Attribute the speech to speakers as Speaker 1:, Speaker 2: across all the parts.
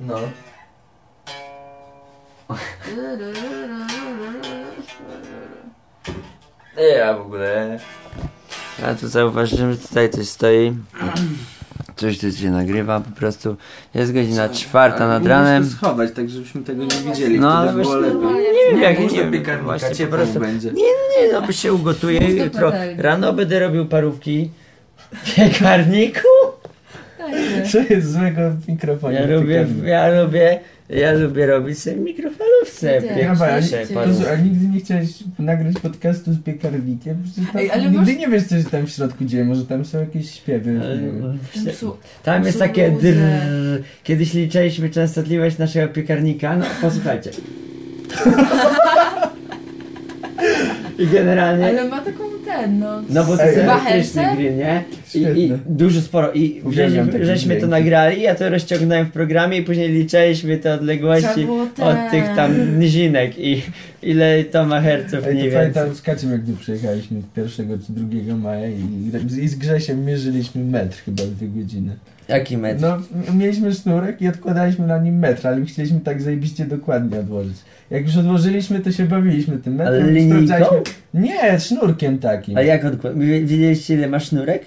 Speaker 1: No. Nie, ja w ogóle.
Speaker 2: Ja tu zauważyłem, że tutaj coś stoi. Coś tu się nagrywa po prostu. Jest godzina czwarta nad
Speaker 3: Musimy
Speaker 2: ranem.
Speaker 3: schować, tak żebyśmy tego nie widzieli.
Speaker 2: No
Speaker 3: No,
Speaker 2: ale
Speaker 3: Wtedy było
Speaker 2: właśnie,
Speaker 3: lepiej.
Speaker 2: nie wiem, jak
Speaker 3: Może
Speaker 2: nie wiem,
Speaker 3: piekarnika
Speaker 2: właśnie po
Speaker 3: ciepło
Speaker 2: prostu.
Speaker 3: będzie.
Speaker 2: Nie, nie, no bo się ugotuję
Speaker 4: Mocno
Speaker 2: jutro.
Speaker 4: patelni.
Speaker 2: Rano będę robił parówki w piekarniku.
Speaker 3: Co jest złego w mikrofonie?
Speaker 2: Ja lubię, ja lubię, ja lubię robić sobie w mikrofalówce.
Speaker 4: Ty też.
Speaker 3: no,
Speaker 2: piekrzone
Speaker 4: Robisz?
Speaker 2: parówki.
Speaker 3: a nigdy nie chciałeś nagrać podcastu z piekarnikiem? Przecież tam,
Speaker 4: Ej, ale
Speaker 3: nigdy
Speaker 4: masz-
Speaker 3: nie wiesz, co się tam w środku dzieje. Może tam są jakieś śpiewy.
Speaker 2: Ale-
Speaker 3: nie wiem.
Speaker 2: Tam jest
Speaker 4: Są
Speaker 2: takie
Speaker 4: ludzie.
Speaker 2: drrr. Kiedyś liczyliśmy częstotliwość naszego piekarnika. No, posłuchajcie. I generalnie...
Speaker 4: Ale ma taką ten, no.
Speaker 2: No bo to
Speaker 3: Ej,
Speaker 2: jest
Speaker 3: ej.
Speaker 2: elektryczny
Speaker 4: Wahelce?
Speaker 2: grill, nie? I, i
Speaker 3: Świetne.
Speaker 2: dużo sporo. I
Speaker 3: Uwielbiam
Speaker 2: wzięliśmy-
Speaker 3: takie
Speaker 2: żeśmy to
Speaker 3: dźwięki.
Speaker 2: nagrali, ja to rozciągnąłem w programie i później liczyliśmy te
Speaker 4: Trzeba
Speaker 2: odległości
Speaker 4: było
Speaker 2: od
Speaker 4: ten.
Speaker 2: tych tam nizinek i ile to ma herców
Speaker 3: Ej,
Speaker 2: mniej
Speaker 3: to
Speaker 2: więcej.
Speaker 3: pamiętam z Kaciem, jak tu przyjechaliśmy 1 czy 2 maja i, i z Grzesiem mierzyliśmy metr chyba w dwie godziny.
Speaker 2: Jaki metr?
Speaker 3: No, m- mieliśmy sznurek i odkładaliśmy na nim metr, ale chcieliśmy tak zajebiście dokładnie odłożyć. Jak już odłożyliśmy, to się bawiliśmy tym metrem.
Speaker 2: Ale
Speaker 3: i
Speaker 2: linijką?
Speaker 3: sprawdzaliśmy- Nie, sznurkiem takim.
Speaker 2: A jak odkład? Widzieliście ile masz sznurek?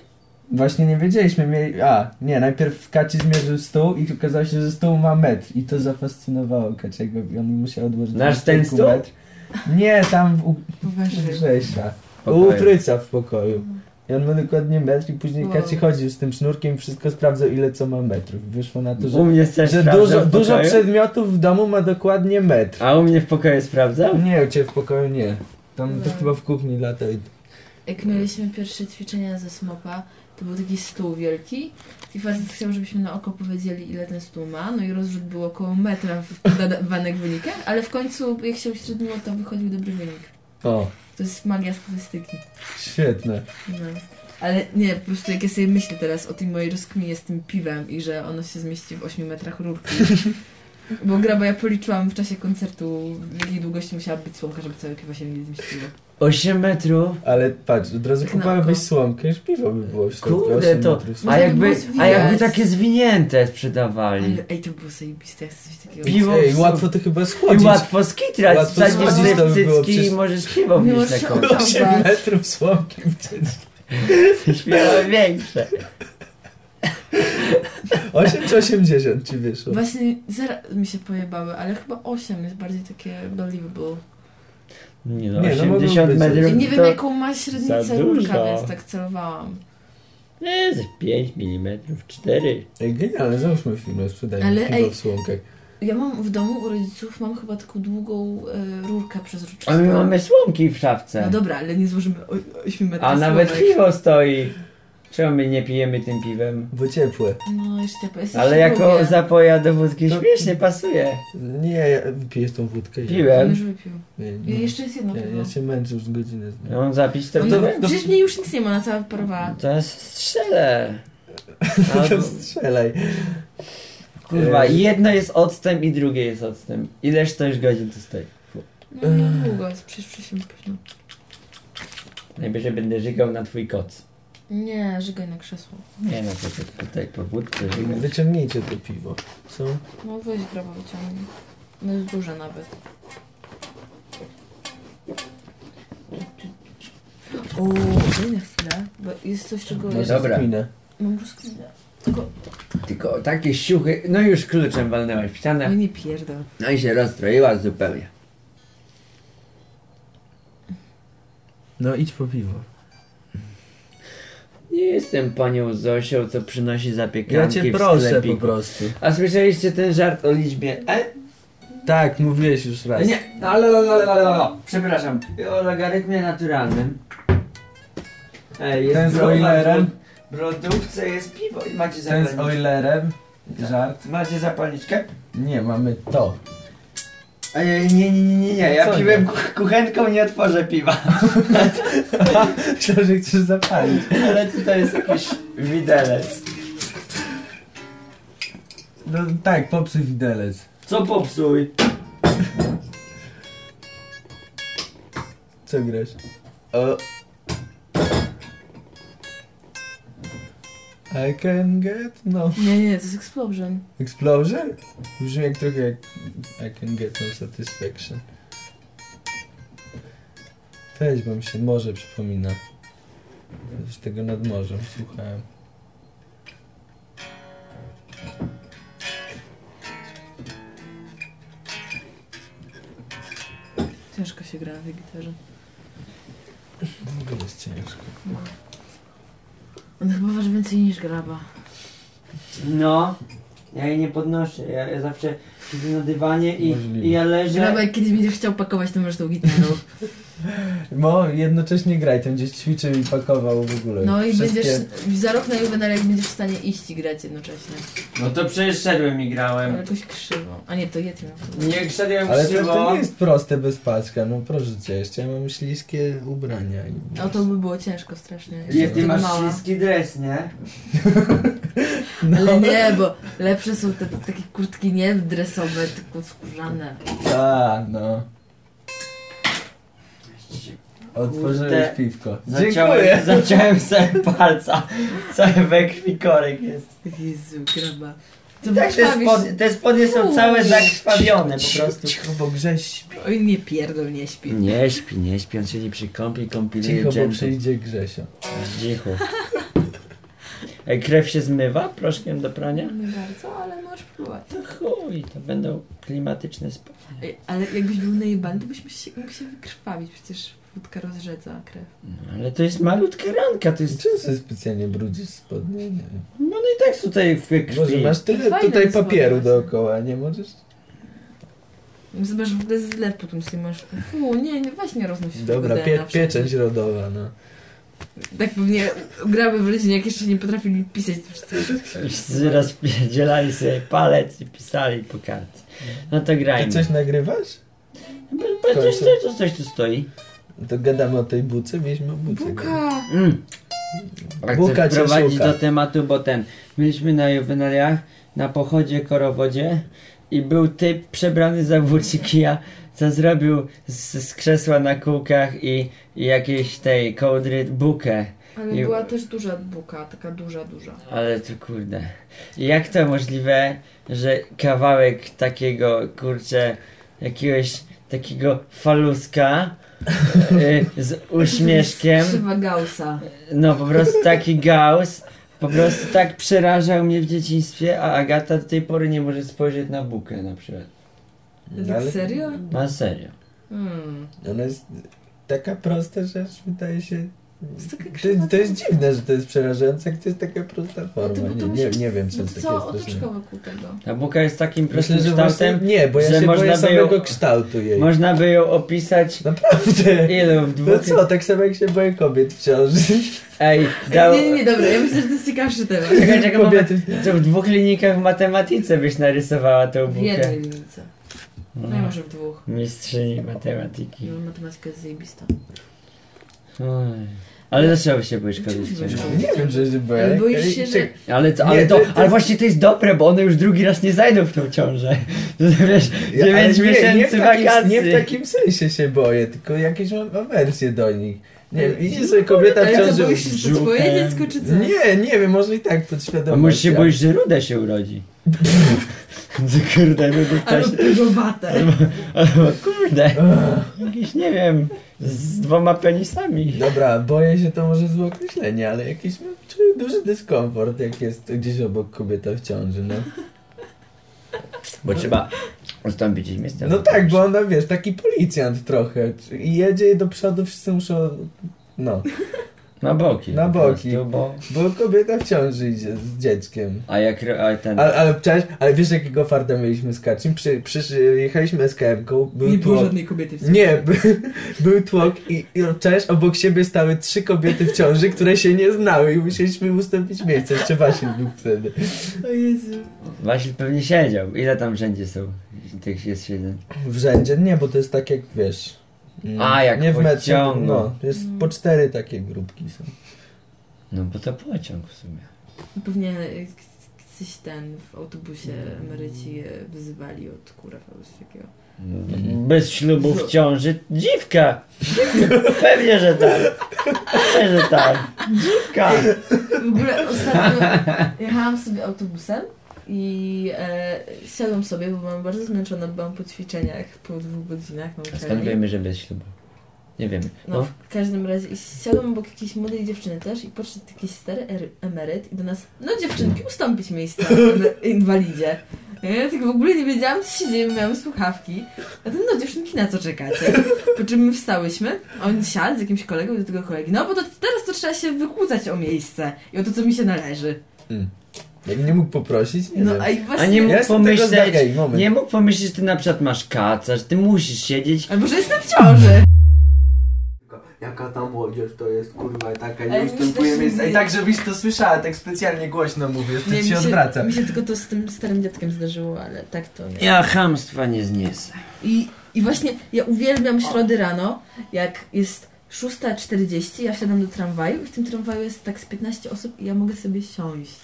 Speaker 3: Właśnie nie wiedzieliśmy, mieli... A, nie, najpierw Kaci zmierzył stół i okazało się, że stół ma metr. I to zafascynowało Kaciego i on musiał odłożyć
Speaker 2: Nasz
Speaker 3: na
Speaker 2: ten
Speaker 3: stółku
Speaker 2: stół?
Speaker 3: metr. Nie, tam w... u
Speaker 4: Poważnie.
Speaker 3: Grzesia. U
Speaker 2: Pokoju.
Speaker 3: Utryca w pokoju. I on ma dokładnie metr i później
Speaker 4: Wow.
Speaker 3: Kaci chodził z tym sznurkiem i wszystko sprawdzał ile co ma metrów. Wyszło na to, że
Speaker 2: U mnie też
Speaker 3: że
Speaker 2: sprawdzał
Speaker 3: dużo,
Speaker 2: w
Speaker 3: dużo
Speaker 2: pokoju.
Speaker 3: przedmiotów w domu ma dokładnie metr.
Speaker 2: A u mnie w pokoju sprawdzał?
Speaker 3: Nie, u ciebie w pokoju nie. Tam to
Speaker 4: No.
Speaker 3: chyba w kuchni lata i...
Speaker 4: Jak mieliśmy pierwsze ćwiczenia ze smopa, to był taki stół wielki i facet chciał, żebyśmy na oko powiedzieli, ile ten stół ma, no i rozrzut był około metra w podawanych wynikach, ale w końcu, jak się uśredniło, to wychodził dobry wynik.
Speaker 3: O,
Speaker 4: To jest magia statystyki.
Speaker 3: świetne.
Speaker 4: No. Ale nie, po prostu jak ja sobie myślę teraz o tej mojej rozkminie z tym piwem i że ono się zmieści w 8 metrach rurki. Bo graba ja policzyłam w czasie koncertu, w jakiej długości musiała być słomka, żeby całe piwo się nie zmieściło.
Speaker 2: 8 metrów.
Speaker 3: Ale patrz, od razu
Speaker 4: Tak na
Speaker 3: kupowałbyś
Speaker 4: oko.
Speaker 3: słomkę, już piwo by było w środku.
Speaker 2: Kurde
Speaker 3: osiem
Speaker 2: to.
Speaker 3: metrów.
Speaker 2: A
Speaker 4: Można by
Speaker 2: jakby,
Speaker 4: było
Speaker 2: a jakby
Speaker 4: zwijać.
Speaker 2: takie zwinięte sprzedawali.
Speaker 4: Ale ej, to było zajebiste, jak coś takiego...
Speaker 2: Piwo
Speaker 3: Ej,
Speaker 2: w-
Speaker 3: łatwo to chyba
Speaker 2: I
Speaker 3: schłodzić.
Speaker 2: łatwo skitrać,
Speaker 3: Łatwo
Speaker 2: wsadzisz
Speaker 4: schodzić,
Speaker 2: sobie
Speaker 3: to
Speaker 2: w
Speaker 3: by było
Speaker 2: cycki i
Speaker 3: przecież-
Speaker 2: możesz piwo
Speaker 4: Nie
Speaker 2: wbić na
Speaker 4: możesz
Speaker 2: końcu.
Speaker 3: 8
Speaker 4: Zobacz.
Speaker 3: metrów słomki wtedy.
Speaker 2: Śmiało większe.
Speaker 3: 8 czy 80 ci wyszło?
Speaker 4: Właśnie zaraz mi się pojebały, ale chyba 8 jest bardziej takie believable.
Speaker 2: Nie
Speaker 3: Nie,
Speaker 2: no,
Speaker 3: no
Speaker 2: 80
Speaker 3: mogą być.
Speaker 4: I
Speaker 2: metrów
Speaker 4: nie wiem,
Speaker 2: to...
Speaker 4: jaką ma
Speaker 2: tak za
Speaker 4: średnicę
Speaker 2: dużo.
Speaker 4: rurka, więc tak celowałam.
Speaker 2: Nie, z 5 mm, 4.
Speaker 3: Ej, genialne, załóżmy film, sprzedajmy
Speaker 4: Ale
Speaker 3: piwo
Speaker 4: ej.
Speaker 3: w słomkach.
Speaker 4: Ja mam w domu u rodziców, mam chyba taką długą e, rurkę przezroczystą.
Speaker 2: A my mamy słomki w
Speaker 4: No
Speaker 2: szafce.
Speaker 4: dobra, ale nie złożymy o- 8 metrów
Speaker 2: A nawet
Speaker 4: słomek.
Speaker 2: piwo stoi. Czemu my nie pijemy tym piwem?
Speaker 3: Bo ciepłe.
Speaker 4: No, jeszcze ciepło. Jest
Speaker 2: Ale
Speaker 4: jeszcze
Speaker 2: jako
Speaker 4: drugie.
Speaker 2: zapoja do wódki
Speaker 3: To-
Speaker 2: śmiesznie pasuje.
Speaker 3: Nie, ja piję tą wódkę. ja-
Speaker 2: Piwem.
Speaker 4: On już wypił.
Speaker 3: Nie, nie.
Speaker 4: I jeszcze jest jedno
Speaker 3: Ja,
Speaker 4: piwo.
Speaker 3: ja się męczę już godzinę. z
Speaker 2: Ja No, mam zapić Mhm. to
Speaker 4: On-
Speaker 2: piwo?
Speaker 3: No to-
Speaker 4: Przecież mnie już nic nie ma, na cała parowała.
Speaker 2: To ja strzelę.
Speaker 3: no, To
Speaker 2: Albo,
Speaker 3: strzelaj.
Speaker 2: kurwa,
Speaker 3: Ej.
Speaker 2: jedno jest octem i drugie jest octem. Ileż to już godzin to stoi?
Speaker 4: No niedługo, jest przecież przecież późno.
Speaker 2: Najwyżej będę żygał na twój koc.
Speaker 4: Nie, żygaj na krzesło.
Speaker 2: Nie no, to to tutaj po wódce żygam.
Speaker 3: Wyciągnijcie to piwo. Co?
Speaker 4: No weź graba wyciągnij. No jest duże nawet. O, daj na chwilę, bo jest coś, czego
Speaker 2: No
Speaker 4: ja
Speaker 2: dobra.
Speaker 3: Rozkminę.
Speaker 4: mam rozkminę. Tylko,
Speaker 2: Tylko takie siuchy, no już kluczem walnęłaś w
Speaker 4: no
Speaker 2: ścianę,
Speaker 4: nie pierdol.
Speaker 2: no i się rozstroiła zupełnie.
Speaker 3: No idź po piwo.
Speaker 2: Nie jestem panią Zosią, co przynosi
Speaker 3: Ja
Speaker 2: zapiekanki
Speaker 3: cię
Speaker 2: w
Speaker 3: proszę po
Speaker 2: sklepiku.
Speaker 3: prostu.
Speaker 2: A słyszeliście ten żart o liczbie E?
Speaker 3: Tak, mówiłeś już raz.
Speaker 2: Nie, no, ale, ale, ale, ale, ale, przepraszam, o logarytmie naturalnym. Ej, jest
Speaker 3: Ten z
Speaker 2: browa,
Speaker 3: Eulerem?
Speaker 2: w lodówce jest piwo i macie
Speaker 3: Ten z
Speaker 2: zapalniczkę. Tak.
Speaker 3: Eulerem. Żart.
Speaker 2: Macie zapalniczkę?
Speaker 3: Nie, mamy to.
Speaker 2: Ej, nie, nie, nie, nie, nie, ja
Speaker 3: No Co nie?
Speaker 2: piłem kuch- kuchenką, nie otworzę piwa.
Speaker 3: Myślę, że chcesz zapalić.
Speaker 2: Ale tutaj jest jakiś widelec.
Speaker 3: No tak, popsuj widelec.
Speaker 2: Co popsuj?
Speaker 3: Co grasz?
Speaker 2: O,
Speaker 3: I can get no
Speaker 4: Nie, nie, to jest Explosion.
Speaker 3: explosion? Brzmi jak trochę jak I can get no satisfaction. Weź, bo mi się morze przypomina. Z tego nad morzem słuchałem.
Speaker 4: Ciężko się gra na tej gitarze.
Speaker 3: W ogóle jest ciężko.
Speaker 4: No. On chyba waży więcej niż graba.
Speaker 2: No, ja jej nie podnoszę. Ja, ja zawsze siedzę na dywanie i,
Speaker 3: Możliwe.
Speaker 2: i ja leżę.
Speaker 4: Graba, jak kiedyś będziesz chciał pakować, to możesz tą gitarą.
Speaker 3: No, jednocześnie graj, ten gdzieś ćwiczył i pakował w ogóle.
Speaker 4: No i
Speaker 3: Wszystkie-
Speaker 4: będziesz za rok na juwenal, jak będziesz w stanie iść i grać jednocześnie.
Speaker 2: No to przecież szedłem i
Speaker 4: Ale
Speaker 2: grałem.
Speaker 4: jakoś krzywo. A nie, to Yeti miał.
Speaker 2: Nie szedłem
Speaker 3: Ale to, to
Speaker 2: krzywo.
Speaker 3: nie jest proste bez paska, no proszę cię, jeszcze ja mam śliskie ubrania. I...
Speaker 4: O, No to by było ciężko strasznie.
Speaker 2: Jest, ty
Speaker 4: Taka
Speaker 2: masz
Speaker 4: mała.
Speaker 2: śliski dres, nie?
Speaker 4: Ale nie, bo lepsze są te takie kurtki nie dresowe, tylko skórzane.
Speaker 3: A, no.
Speaker 2: Kurde.
Speaker 3: Otworzyłeś piwko.
Speaker 2: Zaciąłem, zaciąłem sobie palca. Cały we krwi korek jest.
Speaker 4: Jezu, graba. To
Speaker 2: Tak, te,
Speaker 4: wykrwawisz-
Speaker 2: spodnie, te spodnie są
Speaker 4: Fuj.
Speaker 2: całe zakrwawione po prostu.
Speaker 3: Cicho, bo Grześ śpi.
Speaker 4: Oj, nie pierdol, nie śpi.
Speaker 2: Nie śpi, nie śpi, on siedzi przy kąpie i kąpiluje
Speaker 3: Cicho, bo
Speaker 2: dżemsy.
Speaker 3: przyjdzie Grzesio.
Speaker 2: Cicho. Ej, krew się zmywa proszkiem do prania?
Speaker 4: Nie bardzo, ale możesz próbować.
Speaker 2: To chuj, to będą klimatyczne spodnie.
Speaker 4: Ej, ale jakbyś był najebany, to byś mógł się, mógł się wykrwawić, przecież wódka rozrzedza krew.
Speaker 2: No, ale to jest malutka ranka, to jest...
Speaker 3: Czemu sobie specjalnie brudzisz spodnie? Nie wiem.
Speaker 2: No, no i tak tutaj w
Speaker 3: Może
Speaker 2: krwi.
Speaker 3: masz tyle
Speaker 4: Fajne
Speaker 3: tutaj
Speaker 4: spodnie no.
Speaker 3: papieru
Speaker 4: właśnie.
Speaker 3: dookoła, nie możesz?
Speaker 4: Zobacz, w ogóle zlew potem sobie masz. Fu, nie, nie, weź nie roznoś się
Speaker 3: Dobra,
Speaker 4: tego
Speaker 3: pie,
Speaker 4: DNA wszędzie.
Speaker 3: pieczęć rodowa, no.
Speaker 4: Tak pewnie graby w rysie, jak jeszcze nie potrafili pisać. to wszyscy-
Speaker 2: Wszyscy rozpierdzielali sobie palec i pisali po kartce. No to
Speaker 3: Ty
Speaker 2: grajmy.
Speaker 3: coś nagrywasz?
Speaker 2: Bo- bo Coś, coś, coś, coś tu stoi.
Speaker 3: To gadamy o tej buce, mieliśmy o buce. gadać.
Speaker 4: Buka!
Speaker 2: Mm. A
Speaker 3: Buka
Speaker 2: chcę
Speaker 3: cię
Speaker 2: wprowadzić
Speaker 3: szuka.
Speaker 2: do tematu, bo ten. Byliśmy na juwenaliach, na pochodzie korowodzie i był typ przebrany za włóczkija, co zrobił z, z krzesła na kółkach i, i jakiejś tej kołdry bukę.
Speaker 4: Ale
Speaker 2: Nie-
Speaker 4: była też duża buka, taka duża, duża.
Speaker 2: Ale to kurde. Jak to możliwe, że kawałek takiego, kurczę, jakiegoś takiego faluska y, z uśmieszkiem,
Speaker 4: Krzywa Gaussa.
Speaker 2: no po prostu taki gauss, po prostu tak przerażał mnie w dzieciństwie, a Agata do tej pory nie może spojrzeć na bukę na przykład.
Speaker 4: Tak serio?
Speaker 2: Na serio.
Speaker 4: Hmm.
Speaker 3: No, Ona jest taka prosta rzecz, wydaje się.
Speaker 4: Jest taka
Speaker 3: To,
Speaker 4: krzywa-
Speaker 3: to jest dziwne, że to jest przerażające, jak to jest taka prosta
Speaker 4: No to-
Speaker 3: forma.
Speaker 4: bo
Speaker 3: Nie,
Speaker 4: to
Speaker 3: nie,
Speaker 4: musi-
Speaker 3: nie wiem,
Speaker 4: No
Speaker 3: co
Speaker 4: to
Speaker 3: jest
Speaker 4: co
Speaker 3: takie straszne.
Speaker 4: otoczka wokół tego?
Speaker 2: Ta buka jest takim prostym
Speaker 3: Myślę, że właśnie
Speaker 2: kształtem,
Speaker 3: nie, bo ja
Speaker 2: że
Speaker 3: się
Speaker 2: można
Speaker 3: boję
Speaker 2: by ją-
Speaker 3: samego kształtu jej.
Speaker 2: można by ją opisać
Speaker 3: Naprawdę.
Speaker 2: ilu w dwóch...
Speaker 3: No co, tak samo jak się boję kobiet w ciąży.
Speaker 2: Ej, dał...
Speaker 4: Nie, nie, nie, dobra, ja myślę, że to jest ciekawszy temat.
Speaker 2: Czekaj, czekaj, moment.
Speaker 3: Kobiety.
Speaker 2: To w dwóch linijkach w matematyce byś narysowała tą
Speaker 4: W
Speaker 2: bukę.
Speaker 4: jednej linijce. No ja
Speaker 2: No,
Speaker 4: może w dwóch.
Speaker 2: mistrzyni matematyki.
Speaker 4: No, matematyka jest zajebista.
Speaker 2: Oj. Ale dlaczego się boisz kogoś
Speaker 4: Czemu No. się
Speaker 2: ciągnąć?
Speaker 4: boisz?
Speaker 3: Nie wiem, że się boję.
Speaker 4: Ale boisz się, że...
Speaker 2: ale to,
Speaker 3: Nie,
Speaker 2: ale, to,
Speaker 3: to- to-
Speaker 2: ale właśnie to jest dobre, bo one już drugi raz nie zajdą w tą ciążę. To Wiesz,
Speaker 3: Ja- ale
Speaker 2: dziewięć
Speaker 3: nie, nie w
Speaker 2: miesięcy
Speaker 3: takim,
Speaker 2: wakacji.
Speaker 3: Nie w takim sensie się boję, tylko jakieś mam awersję do nich. Nie wiem, idzie sobie kobieta w
Speaker 4: Ale co,
Speaker 3: ciąży...
Speaker 4: boisz się, że to twoje
Speaker 2: brzuchem.
Speaker 4: dziecko, czy co?
Speaker 3: Nie, nie wiem, może i tak
Speaker 2: A
Speaker 3: podświadomie.
Speaker 2: może się boisz, że ruda się urodzi? To kurde, rudy ktoś...
Speaker 4: Albo pigowate.
Speaker 2: Albo kurde, jakiś, nie wiem, z dwoma penisami.
Speaker 3: Dobra, boję się to może złe określenie, ale jakiś mam- czuję duży dyskomfort, jak jest gdzieś obok kobieta w ciąży, no.
Speaker 2: Bo trzeba ustąpić im miejsce.
Speaker 3: No tak, bo ona, wiesz, taki policjant trochę. I jedzie do przodu, wszyscy muszą... No,
Speaker 2: Na boki.
Speaker 3: Na
Speaker 2: po
Speaker 3: boki.
Speaker 2: Prostu, bo...
Speaker 3: bo kobieta w ciąży idzie z dzieckiem.
Speaker 2: A jak ro- a ten.
Speaker 3: Ale, ale, przecież, ale wiesz jakiego farta mieliśmy z Kacim? Przy, przyjechaliśmy SKM-ką, był
Speaker 4: Nie było
Speaker 3: tłok.
Speaker 4: żadnej kobiety w ciąży.
Speaker 3: Nie, by, był tłok i, i przecież obok siebie stały trzy kobiety w ciąży, które się nie znały i musieliśmy im ustąpić miejsce. Jeszcze Wasil był wtedy.
Speaker 4: O Jezu.
Speaker 2: Wasil pewnie siedział. Ile tam wszędzie są? Tych jest siedem.
Speaker 3: W rzędzie? Nie, bo to jest tak jak wiesz. mm,
Speaker 2: A, jak
Speaker 3: nie w metrze.
Speaker 2: pociągu.
Speaker 3: No, jest
Speaker 4: Mm.
Speaker 3: po cztery takie grupki są.
Speaker 2: No bo to pociąg w sumie.
Speaker 4: Pewnie k- gdzieś ten w autobusie emeryci e, wyzywali od kurwa coś takiego.
Speaker 2: No, Bez ślubu w ciąży. Dziwka! Pewnie, że tak. Pewnie, że tak. Dziwka!
Speaker 4: W ogóle ostatnio jechałam sobie autobusem i e, siadłam sobie, bo byłam bardzo zmęczona, byłam po ćwiczeniach po dwóch godzinach na
Speaker 2: A skąd
Speaker 4: uczelni.
Speaker 2: wiemy, że bez ślubu? Nie wiemy.
Speaker 4: No,
Speaker 2: No.
Speaker 4: w każdym razie i siadłam obok jakiejś młodej dziewczyny też i podszedł jakiś stary er- emeryt i do nas, no dziewczynki, ustąpić miejsca kurde, inwalidzie. Ja tak w ogóle nie wiedziałam, co się dzieje, miałam słuchawki. A ten, no dziewczynki, na co czekacie? Po czym my wstałyśmy, a on siadł z jakimś kolegą i do tego kolegi, no bo to teraz to trzeba się wykłócać o miejsce i o to, co mi się należy.
Speaker 3: Jak nie mógł poprosić? Nie
Speaker 4: No
Speaker 3: wiem.
Speaker 4: a i
Speaker 2: A
Speaker 4: właśnie...
Speaker 2: nie mógł
Speaker 3: jestem tego
Speaker 2: pomyśleć,
Speaker 3: zdania i moment.
Speaker 2: nie mógł pomyśleć, że ty na przykład masz kaca, że ty musisz siedzieć.
Speaker 4: Albo że jestem w ciąży.
Speaker 3: Jaka ta młodzież to jest, kurwa, taka
Speaker 4: Ale mi się też nie-
Speaker 3: żebyś to słyszała, tak specjalnie głośno mówisz,
Speaker 4: Nie, mi, się, mi się tylko to z tym starym dziadkiem zdarzyło, ale tak to nie.
Speaker 2: Ja chamstwa nie zniesę.
Speaker 4: I, I właśnie ja uwielbiam środy rano, jak jest 6.40, ja siadam do tramwaju i w tym tramwaju jest tak z 15 osób i ja mogę sobie siąść.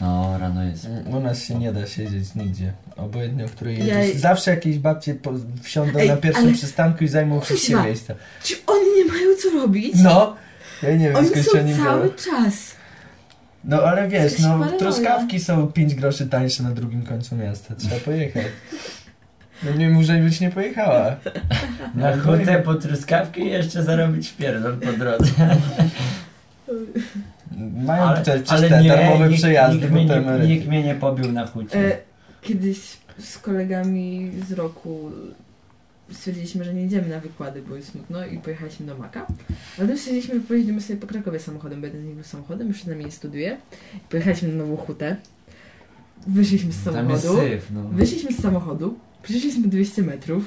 Speaker 5: No, rano jest.
Speaker 3: U nas się nie da siedzieć nigdzie, obojętnie w której
Speaker 4: Ja-
Speaker 3: jedziesz. Zawsze jakieś babcie po, wsiądą
Speaker 4: Ej,
Speaker 3: na pierwszym
Speaker 4: ale-
Speaker 3: przystanku i zajmą wszystkie
Speaker 4: Kuźwa.
Speaker 3: miejsca.
Speaker 4: Czy oni nie mają co robić?
Speaker 3: No! Ja nie wiem,
Speaker 4: Oni
Speaker 3: skąd się oni
Speaker 4: są cały
Speaker 3: biorą.
Speaker 4: czas.
Speaker 3: No ale wiesz,
Speaker 4: Jakaś
Speaker 3: no
Speaker 4: paranoja.
Speaker 3: truskawki są 5 groszy tańsze na drugim końcu miasta, trzeba pojechać. No nie może być nie pojechała.
Speaker 2: Na
Speaker 3: No,
Speaker 2: hutę po truskawki i jeszcze zarobić pierdol po drodze.
Speaker 3: Mają ale, też przez te darmowe przejazdy,
Speaker 2: nikt,
Speaker 3: bo
Speaker 2: mnie
Speaker 3: to
Speaker 2: nie,
Speaker 3: emeryty.
Speaker 2: nikt mnie nie pobił na hucie.
Speaker 4: E, kiedyś z kolegami z roku stwierdziliśmy, że nie idziemy na wykłady, bo jest nudno i pojechaliśmy do Maka. A potem stwierdziliśmy, że pojedziemy sobie po Krakowie samochodem, bo jeden z nich był samochodem, już na mnie studiuje. Pojechaliśmy na Nową Hutę. Wyszliśmy z
Speaker 5: Tam jest
Speaker 4: samochodu.
Speaker 5: syf, no.
Speaker 4: Wyszliśmy z samochodu, przeszliśmy 200 metrów.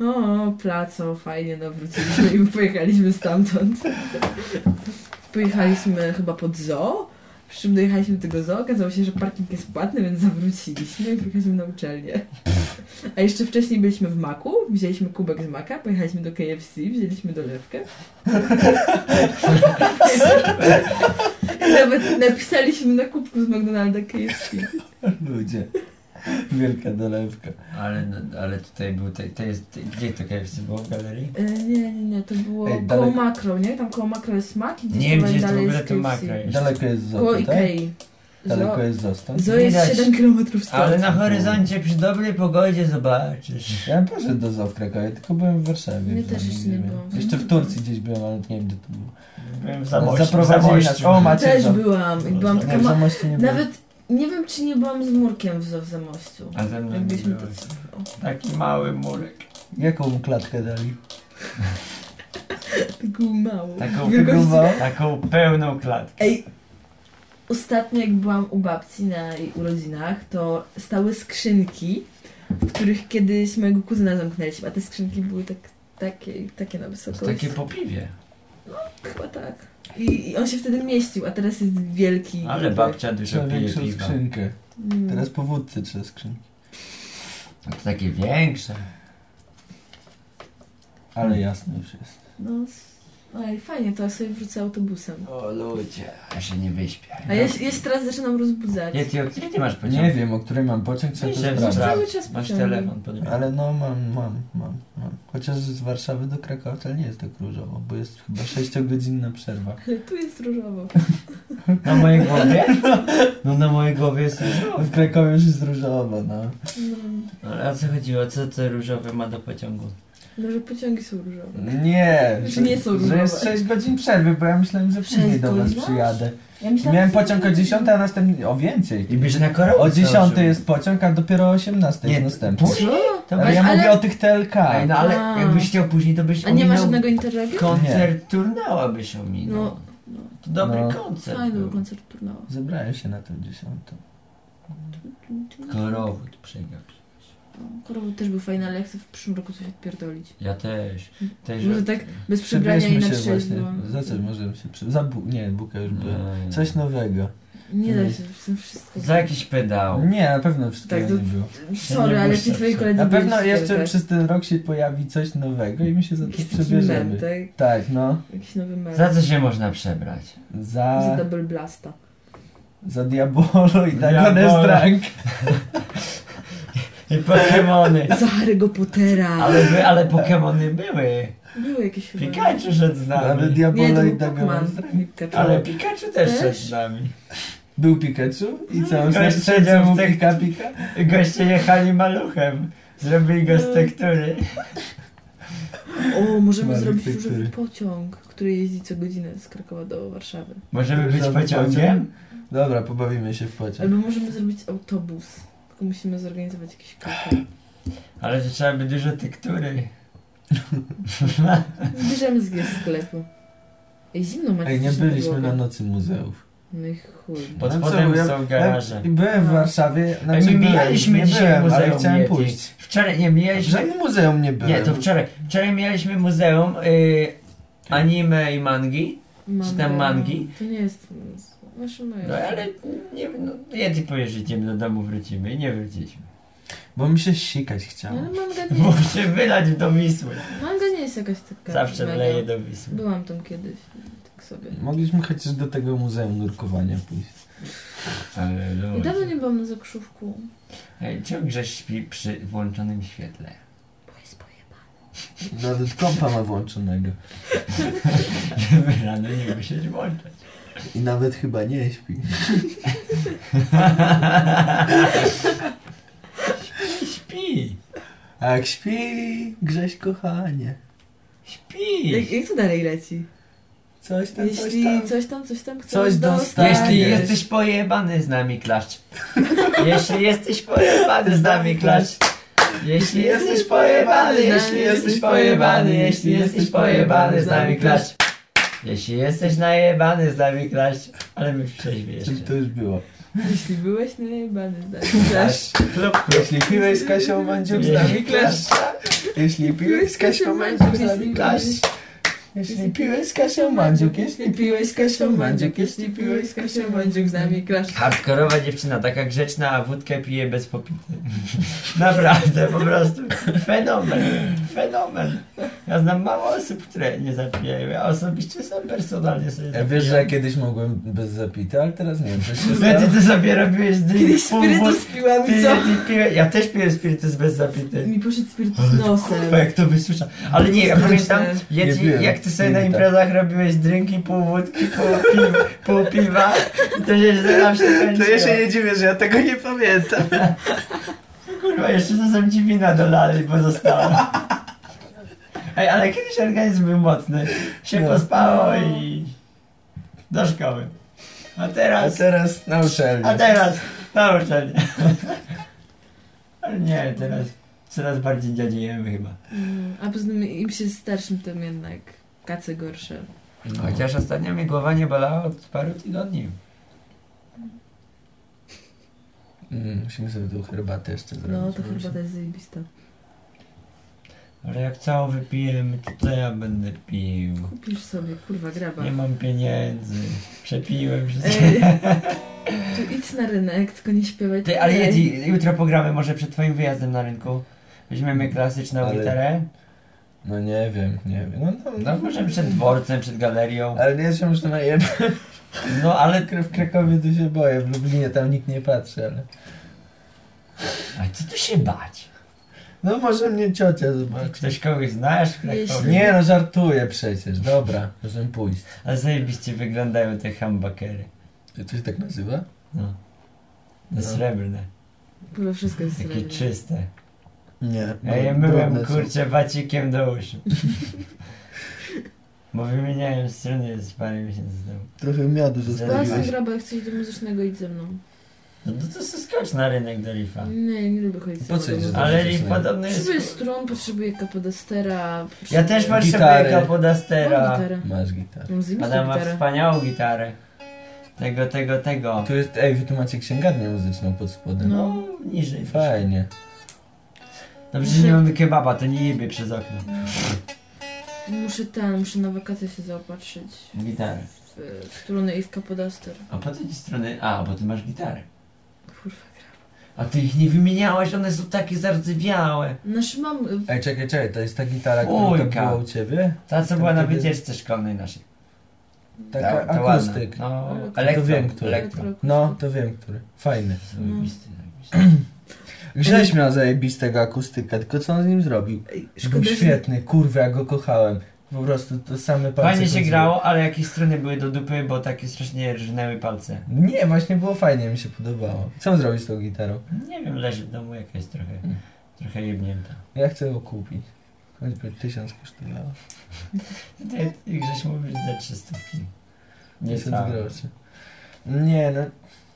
Speaker 4: O, placo, fajnie, no wróciliśmy i pojechaliśmy stamtąd. Pojechaliśmy chyba pod zoo, przy czym dojechaliśmy do tego zoo, okazało się, że parking jest płatny, więc zawróciliśmy i pojechaliśmy na uczelnię. A jeszcze wcześniej byliśmy w Maku, wzięliśmy kubek z Maka, pojechaliśmy do KFC, wzięliśmy dolewkę. I nawet napisaliśmy na kubku z McDonalda KFC.
Speaker 3: Ludzie. Wielka dolewka.
Speaker 2: Ale, no, ale tutaj był, te, te jest, te, gdzie to KFC było w galerii?
Speaker 4: E, Nie, nie, nie, to było
Speaker 3: Ej,
Speaker 4: koło
Speaker 3: daleko-
Speaker 4: makro, nie? Tam koło makro jest smak i gdzieś
Speaker 2: Nie wiem,
Speaker 4: tam
Speaker 2: gdzie jest w
Speaker 4: dalej
Speaker 2: ogóle
Speaker 4: jest
Speaker 2: to
Speaker 4: KFC.
Speaker 2: makro jeszcze.
Speaker 3: Daleko jest zoo,
Speaker 4: Koło
Speaker 3: tak?
Speaker 4: Ikei. Zo,
Speaker 3: Daleko jest zoo stąd?
Speaker 4: zo jest
Speaker 2: Widać.
Speaker 4: 7 km stąd.
Speaker 2: Ale na horyzoncie przy dobrej pogodzie zobaczysz.
Speaker 3: Ja bym poszedł do zoo w Krakowie, tylko byłem w Warszawie.
Speaker 4: Ja
Speaker 3: w
Speaker 4: też
Speaker 3: zoo,
Speaker 4: jeszcze nie
Speaker 3: wiem.
Speaker 4: byłam.
Speaker 3: Jeszcze w Turcji gdzieś byłem, ale nie wiem gdzie to było.
Speaker 2: Byłem w Zamościu.
Speaker 3: Zamościu- Zaprowadzili nas. O, macie
Speaker 4: Też
Speaker 3: zoo.
Speaker 4: byłam i byłam
Speaker 2: No,
Speaker 4: taka
Speaker 3: Nie, w
Speaker 4: ma...
Speaker 3: Zamościu nie byłem.
Speaker 4: Nawet nie wiem, czy nie byłam z Murkiem w Zo- w Zamościu.
Speaker 2: A ze mną
Speaker 4: Jak
Speaker 2: nie
Speaker 4: byliśmy
Speaker 2: byłeś.
Speaker 4: tacy-
Speaker 2: Taki mały murek.
Speaker 3: Jaką mu klatkę dali?
Speaker 4: Taką małą.
Speaker 2: Taką,
Speaker 4: Wielkości-
Speaker 3: Próbował?
Speaker 2: taką pełną klatkę.
Speaker 4: Ej, ostatnio jak byłam u babci na jej urodzinach, to stały skrzynki, w których kiedyś mojego kuzyna zamknęliśmy, a te skrzynki były tak, takie, takie na wysokości.
Speaker 5: Takie po piwie.
Speaker 4: Chyba tak. I, I on się wtedy mieścił, a teraz jest wielki.
Speaker 2: Ale babcia dużo
Speaker 3: Trzeba
Speaker 2: pije
Speaker 3: większą
Speaker 2: piwa.
Speaker 3: skrzynkę.
Speaker 4: Mm.
Speaker 3: Teraz po wódce trzeba skrzynki.
Speaker 5: A to takie większe.
Speaker 3: Ale
Speaker 5: Hmm.
Speaker 3: jasne już jest.
Speaker 4: No, s- oj, fajnie, to ja sobie wrócę autobusem.
Speaker 5: O ludzie. Ja się nie wyśpię.
Speaker 4: A ja, się- ja się teraz zaczynam rozbudzać.
Speaker 2: Nie, ty, o której ty masz pociąg?
Speaker 3: Nie wiem, o której mam pociąg, trzeba
Speaker 2: Myślę, że
Speaker 3: to sprawdzić.
Speaker 2: zaraz.
Speaker 4: Cały czas
Speaker 2: Masz
Speaker 4: pociągam.
Speaker 2: telefon pod ręką.
Speaker 3: Ale no mam, mam, mam, mam. Chociaż z Warszawy do Krakowa to nie jest tak różowo, bo jest chyba 6-godzinna przerwa.
Speaker 4: Ale tu jest różowo.
Speaker 2: Na mojej głowie? No na mojej głowie jest różowy.
Speaker 3: W Krakowie już jest różowo, no.
Speaker 4: No,
Speaker 2: No, ale o co chodziło? Co to różowe ma do pociągu?
Speaker 4: no że pociągi są różowe.
Speaker 3: Nie,
Speaker 4: Już
Speaker 3: że,
Speaker 4: nie są
Speaker 3: że
Speaker 4: różowe.
Speaker 3: jest 6 godzin przerwy, bo ja myślałem, że później do was
Speaker 4: Wszystko znasz?
Speaker 3: przyjadę.
Speaker 4: Ja myślałam,
Speaker 3: Miałem
Speaker 4: że są
Speaker 3: pociąg o
Speaker 4: różowe.
Speaker 3: 10, a następnie o więcej.
Speaker 2: I byś na korę
Speaker 3: O 10 jest pociąg, a dopiero o 18
Speaker 2: Nie,
Speaker 3: jest następny.
Speaker 2: później?
Speaker 4: No,
Speaker 2: To
Speaker 3: Ale
Speaker 2: weź-
Speaker 3: ja
Speaker 4: ale-
Speaker 3: mówię o tych TLK.
Speaker 2: Ej, no ale
Speaker 4: A.
Speaker 2: jakbyś chciał później, to byś
Speaker 4: A nie ma
Speaker 2: ominął
Speaker 4: żadnego interregio?
Speaker 2: Koncert turnała byś ominął.
Speaker 4: No.
Speaker 2: To dobry
Speaker 3: No.
Speaker 2: koncert
Speaker 4: Fajny był
Speaker 2: był.
Speaker 4: koncert turnała.
Speaker 3: Zebrałem się na tę 10.
Speaker 2: Korowód przegapił.
Speaker 4: Korowód też był fajny, ale ja chcę w przyszłym roku coś odpierdolić.
Speaker 2: Ja też. też
Speaker 4: Może tak bez przebrania i
Speaker 3: Przebierzmy
Speaker 4: na
Speaker 3: się
Speaker 4: trzeźwo.
Speaker 3: właśnie. Za co możemy się przy... Za bu... Nie, buka już była.
Speaker 5: Ej.
Speaker 3: Coś nowego.
Speaker 4: Nie da się, w tym wszystko.
Speaker 2: E, Za jakiś pedał.
Speaker 3: Nie, na pewno wszystkiego
Speaker 4: Tak, to-
Speaker 3: nie było.
Speaker 4: Sorry,
Speaker 2: Nie
Speaker 4: ale
Speaker 2: muszę.
Speaker 4: ci twoi koledzy
Speaker 3: Na
Speaker 4: byli
Speaker 3: pewno
Speaker 4: w
Speaker 3: jeszcze
Speaker 4: sklepach.
Speaker 3: przez ten rok się pojawi coś nowego i my się za to
Speaker 4: Jakiś taki
Speaker 3: przebierzemy.
Speaker 4: mem, tak?
Speaker 3: Tak, no.
Speaker 4: Jakiś nowy mem.
Speaker 2: Za co się można przebrać?
Speaker 3: Za,
Speaker 4: Za Double Blasta.
Speaker 3: za Diabolo i tak,
Speaker 2: Diabolo.
Speaker 3: Dagones Drank.
Speaker 2: I Pokemony.
Speaker 4: Za Harry'ego Pottera.
Speaker 2: Ale, by, ale Pokemony były.
Speaker 4: Były jakieś chyba.
Speaker 2: Pikachu szedł z nami.
Speaker 3: Ale
Speaker 4: Nie, to
Speaker 3: Diabolo i
Speaker 4: był
Speaker 3: Dagon.
Speaker 4: Pac-Man. Pikachu.
Speaker 2: Ale Pikachu też
Speaker 4: Też?
Speaker 2: szedł z nami.
Speaker 3: Był Pikachu
Speaker 4: No.
Speaker 3: i co?
Speaker 2: Gość
Speaker 3: Gość
Speaker 2: siedział
Speaker 3: siedział mu
Speaker 2: w tych-
Speaker 3: pika pika?
Speaker 2: Goście jechali maluchem. Zrobili go
Speaker 4: No.
Speaker 2: z tektury.
Speaker 4: O, możemy
Speaker 3: Marek
Speaker 4: zrobić
Speaker 3: Tektury.
Speaker 4: różowy pociąg, który jeździ co godzinę z Krakowa do Warszawy.
Speaker 2: Możemy być pociągiem?
Speaker 3: Dobra, pobawimy się w pociąg.
Speaker 4: Albo możemy zrobić autobus. Tylko musimy zorganizować jakiś kafel.
Speaker 2: Ale to trzeba by dużo tektury.
Speaker 4: Zbierzemy z gier z sklepu. Ej, zimno macie
Speaker 3: Jak nie
Speaker 4: coś na
Speaker 3: byliśmy na
Speaker 4: podłogę?
Speaker 3: nocy muzeów.
Speaker 4: No i chuj.
Speaker 2: Pod
Speaker 3: No co,
Speaker 2: spodem
Speaker 3: ja-
Speaker 2: są garaże.
Speaker 3: I byłem w
Speaker 4: No.
Speaker 3: Warszawie,
Speaker 2: Znaczy,
Speaker 3: znaczy
Speaker 2: my
Speaker 3: byłem,
Speaker 2: mijaliśmy
Speaker 3: nie
Speaker 2: dzisiaj
Speaker 3: byłem, ale
Speaker 2: muzeum
Speaker 3: chciałem
Speaker 2: Yeti.
Speaker 3: pójść.
Speaker 2: Wczoraj nie
Speaker 3: W
Speaker 2: mijaliśmy...
Speaker 3: żadnym muzeum nie byłem.
Speaker 2: Nie, to wczoraj. Wczoraj mijaliśmy muzeum y, anime i mangi. Czy tam mangi?
Speaker 4: To nie jest... Znaczy, no
Speaker 2: No ale nie wiem, no, Yeti pojeżdżamy do domu, wrócimy i nie wróciliśmy.
Speaker 3: Bo mi się sikać chciało.
Speaker 4: Ale manga nie,
Speaker 2: Mógł się wylać do Wisły.
Speaker 4: manga No, nie jest jakaś taka...
Speaker 2: Zawsze
Speaker 4: mega.
Speaker 2: wleję do Wisły.
Speaker 4: Byłam tam kiedyś, tak sobie.
Speaker 3: Mogliśmy chociaż do tego muzeum nurkowania pójść.
Speaker 1: Ale
Speaker 4: I
Speaker 1: ludzie.
Speaker 4: dawno nie byłam na zakrzówku.
Speaker 2: Ej, Czemu Grześ śpi przy włączonym świetle?
Speaker 4: Bo jest pojebane.
Speaker 3: Nawet kompa ma włączonego.
Speaker 2: Żeby rano nie musieć włączać.
Speaker 3: I nawet chyba nie śpi.
Speaker 2: śpi, śpi.
Speaker 3: A jak śpi, Grześ kochanie.
Speaker 2: Śpi.
Speaker 4: Jak, jak to dalej leci?
Speaker 3: Coś tam,
Speaker 4: Jeśli
Speaker 3: coś tam.
Speaker 4: coś tam, coś tam chcesz
Speaker 3: Coś dostaniesz.
Speaker 4: dostaniesz.
Speaker 2: Jeśli jesteś pojebany z nami klacz. Jeśli jesteś pojebany z nami klacz. Jeśli jesteś pojebany, jeśli jesteś pojebany, jeśli jesteś pojebany z nami klacz. Jeśli jesteś najebany z nami klacz. Ale my przeźwie jeszcze.
Speaker 3: Czym to już było?
Speaker 4: Jeśli byłeś najebany, zdaj.
Speaker 2: Klacz. Klub,
Speaker 3: Jeśli piłeś z Kasią Mandziuk z nami klasz. Jeśli piłeś z Kasią Mandziuk z nami klasz. Jeśli piłeś z Kasią Mandziuk, jeśli piłeś z Kasią Mandziuk, jeśli piłeś z Kasią Mandziuk z nami klasz.
Speaker 2: Hardkorowa dziewczyna, taka grzeczna, a wódkę pije bez popity. Naprawdę, po prostu. Fenomen, fenomen. Ja znam mało osób, które nie zapijają. Ja osobiście sam personalnie sobie
Speaker 3: Ja wiesz, że ja kiedyś mogłem bez zapity, ale teraz nie wiem, coś się
Speaker 2: Wtedy
Speaker 3: stało.
Speaker 2: ty sobie robiłeś
Speaker 4: Kiedyś
Speaker 2: drink, pół
Speaker 4: spirytus
Speaker 2: wód-
Speaker 4: spiłam
Speaker 2: ty,
Speaker 4: i co?
Speaker 2: ty piłeś- Ja też piłem spirytus bez zapity.
Speaker 4: Mi poszedł spirytus nosem.
Speaker 2: Kurwa, jak to wysłysza. Ale nie, ja
Speaker 4: No, Straszne.
Speaker 2: pamiętam, ja
Speaker 3: Nie
Speaker 2: ci,
Speaker 3: piłem.
Speaker 2: jak ty sobie
Speaker 3: Nie
Speaker 2: na
Speaker 3: wiem, tak.
Speaker 2: imprezach robiłeś drinki, pół wódki, pół piwa, pół piwa i to się zawsze kończyło.
Speaker 3: dziwię, że ja tego nie pamiętam.
Speaker 2: Kurwa, jeszcze czasem ci wina dolali pozostała. Ej, ale kiedyś organizm był mocny. Się
Speaker 3: No.
Speaker 2: pospało i... Do szkoły. A
Speaker 3: A
Speaker 2: teraz...
Speaker 3: teraz na uczelni.
Speaker 2: A teraz... Na uczelnię. Ale nie, teraz... Coraz bardziej dziadziejemy chyba.
Speaker 4: Mm, A poza tym im się starszym, tym jednak kace gorsze.
Speaker 3: No.
Speaker 2: Chociaż ostatnio mi głowa nie bolała od paru tygodni.
Speaker 3: Mm, musimy sobie tą herbatę jeszcze zrobić.
Speaker 4: No to
Speaker 3: bo już-
Speaker 4: chyba też zajebista.
Speaker 2: Ale jak całą wypijemy, to co ja będę pił?
Speaker 4: Kupisz sobie, kurwa, graba.
Speaker 2: Nie mam pieniędzy. Przepiłem wszystko.
Speaker 4: Ej, tu idź na rynek, tylko nie śpiewaj. tak
Speaker 2: Ty, ale
Speaker 4: Ej,
Speaker 2: jedzi, jutro pogramy może przed twoim wyjazdem na rynku. Weźmiemy klasyczną
Speaker 3: Ale-
Speaker 2: gitarę.
Speaker 3: No nie wiem, nie wiem. No, no,
Speaker 2: No może przed dworcem, przed galerią.
Speaker 3: Ale nie się już najeb.
Speaker 2: No ale...
Speaker 3: W Krakowie to się boję, w Lublinie tam nikt nie patrzy, ale...
Speaker 2: A co tu się bać?
Speaker 3: No może mnie ciocia zobaczy.
Speaker 2: Ktoś kogoś znasz w
Speaker 4: Jeśli-
Speaker 2: Krakowie?
Speaker 3: Nie no, żartuję przecież, dobra, możemy pójść.
Speaker 2: Ale zajebiście wyglądają te hambakery.
Speaker 3: To się tak nazywa?
Speaker 2: No.
Speaker 3: No.
Speaker 2: No. Srebrne.
Speaker 4: Kurwa, wszystko jest
Speaker 2: Takie
Speaker 4: srebrne.
Speaker 2: czyste.
Speaker 3: Nie. no,
Speaker 2: Ja je myłem, kurczę, wacikiem do uszu. Bo wymieniałem struny z parę miesięcy temu.
Speaker 3: Trochę miodu
Speaker 2: zostawiłeś.
Speaker 4: Teraz
Speaker 2: Zrobiłeś.
Speaker 4: graba, jak chcesz iść do muzycznego, idź ze mną.
Speaker 2: No to, to skocz na rynek do Rifa.
Speaker 4: Nie, nie lubię chodzić
Speaker 3: Po co idziesz do-
Speaker 2: Tak. Ale Rif podobny jest...
Speaker 4: Potrzebuję strun, potrzebuję kapodastera.
Speaker 2: Ja też potrzebuję
Speaker 3: Gitary.
Speaker 4: Mam
Speaker 2: kapodastera.
Speaker 4: gitarę.
Speaker 3: Masz gitarę.
Speaker 4: Mam zjebistą
Speaker 2: Adam ma
Speaker 4: gitarę.
Speaker 2: wspaniałą gitarę. Tego, tego, tego.
Speaker 3: Tu jest, ej, wy tu macie księgarnię muzyczną pod spodem.
Speaker 2: No, niżej.
Speaker 3: Fajnie.
Speaker 2: Dobrze, że nie mamy kebaba, to nie jebie przez okno. No.
Speaker 4: Muszę ten, muszę na wakacje się zaopatrzyć
Speaker 2: Gitarę.
Speaker 4: w e, struny i w kapodaster.
Speaker 2: A po tej strony... A, bo ty masz gitarę.
Speaker 4: Kurwa.
Speaker 2: A ty ich nie wymieniałeś, one są takie zardzewiałe.
Speaker 4: Znaczy mam... e,
Speaker 3: Ej, czekaj, czekaj, to jest ta gitara, która
Speaker 2: Fujka.
Speaker 3: tam była u ciebie?
Speaker 2: Ta, co była na
Speaker 3: wtedy-
Speaker 2: wycieczce szkolnej naszej.
Speaker 3: Taka
Speaker 2: Ta- ta ładna.
Speaker 3: akustyk.
Speaker 2: No,
Speaker 4: To
Speaker 2: elektro.
Speaker 3: wiem, który.
Speaker 2: elektro.
Speaker 4: elektroakusty-
Speaker 3: No, to wiem, który. Fajny.
Speaker 2: Zajebisty, zajebisty.
Speaker 3: Grześ miał zajebistego akustyka, tylko co on z nim zrobił?
Speaker 4: Ej,
Speaker 3: Był
Speaker 4: Szkoda, że...
Speaker 3: świetny, kurwa, ja go kochałem. Po prostu to same palce.
Speaker 2: Fajnie się
Speaker 3: chodziły.
Speaker 2: grało, ale jakieś struny były do dupy, bo takie strasznie rżnęły palce.
Speaker 3: Nie, właśnie było fajnie, mi się podobało. Co on zrobił z tą gitarą?
Speaker 2: Nie wiem, leży w domu jakaś trochę,
Speaker 3: Hmm.
Speaker 2: trochę jebnięta.
Speaker 3: Ja chcę ją kupić. Choćby tysiąc kosztowała.
Speaker 2: Ty, ty Grześ mówisz za trzy stówki. Nie tak.
Speaker 3: Tysiąc
Speaker 2: całe.
Speaker 3: groszy. Nie, no...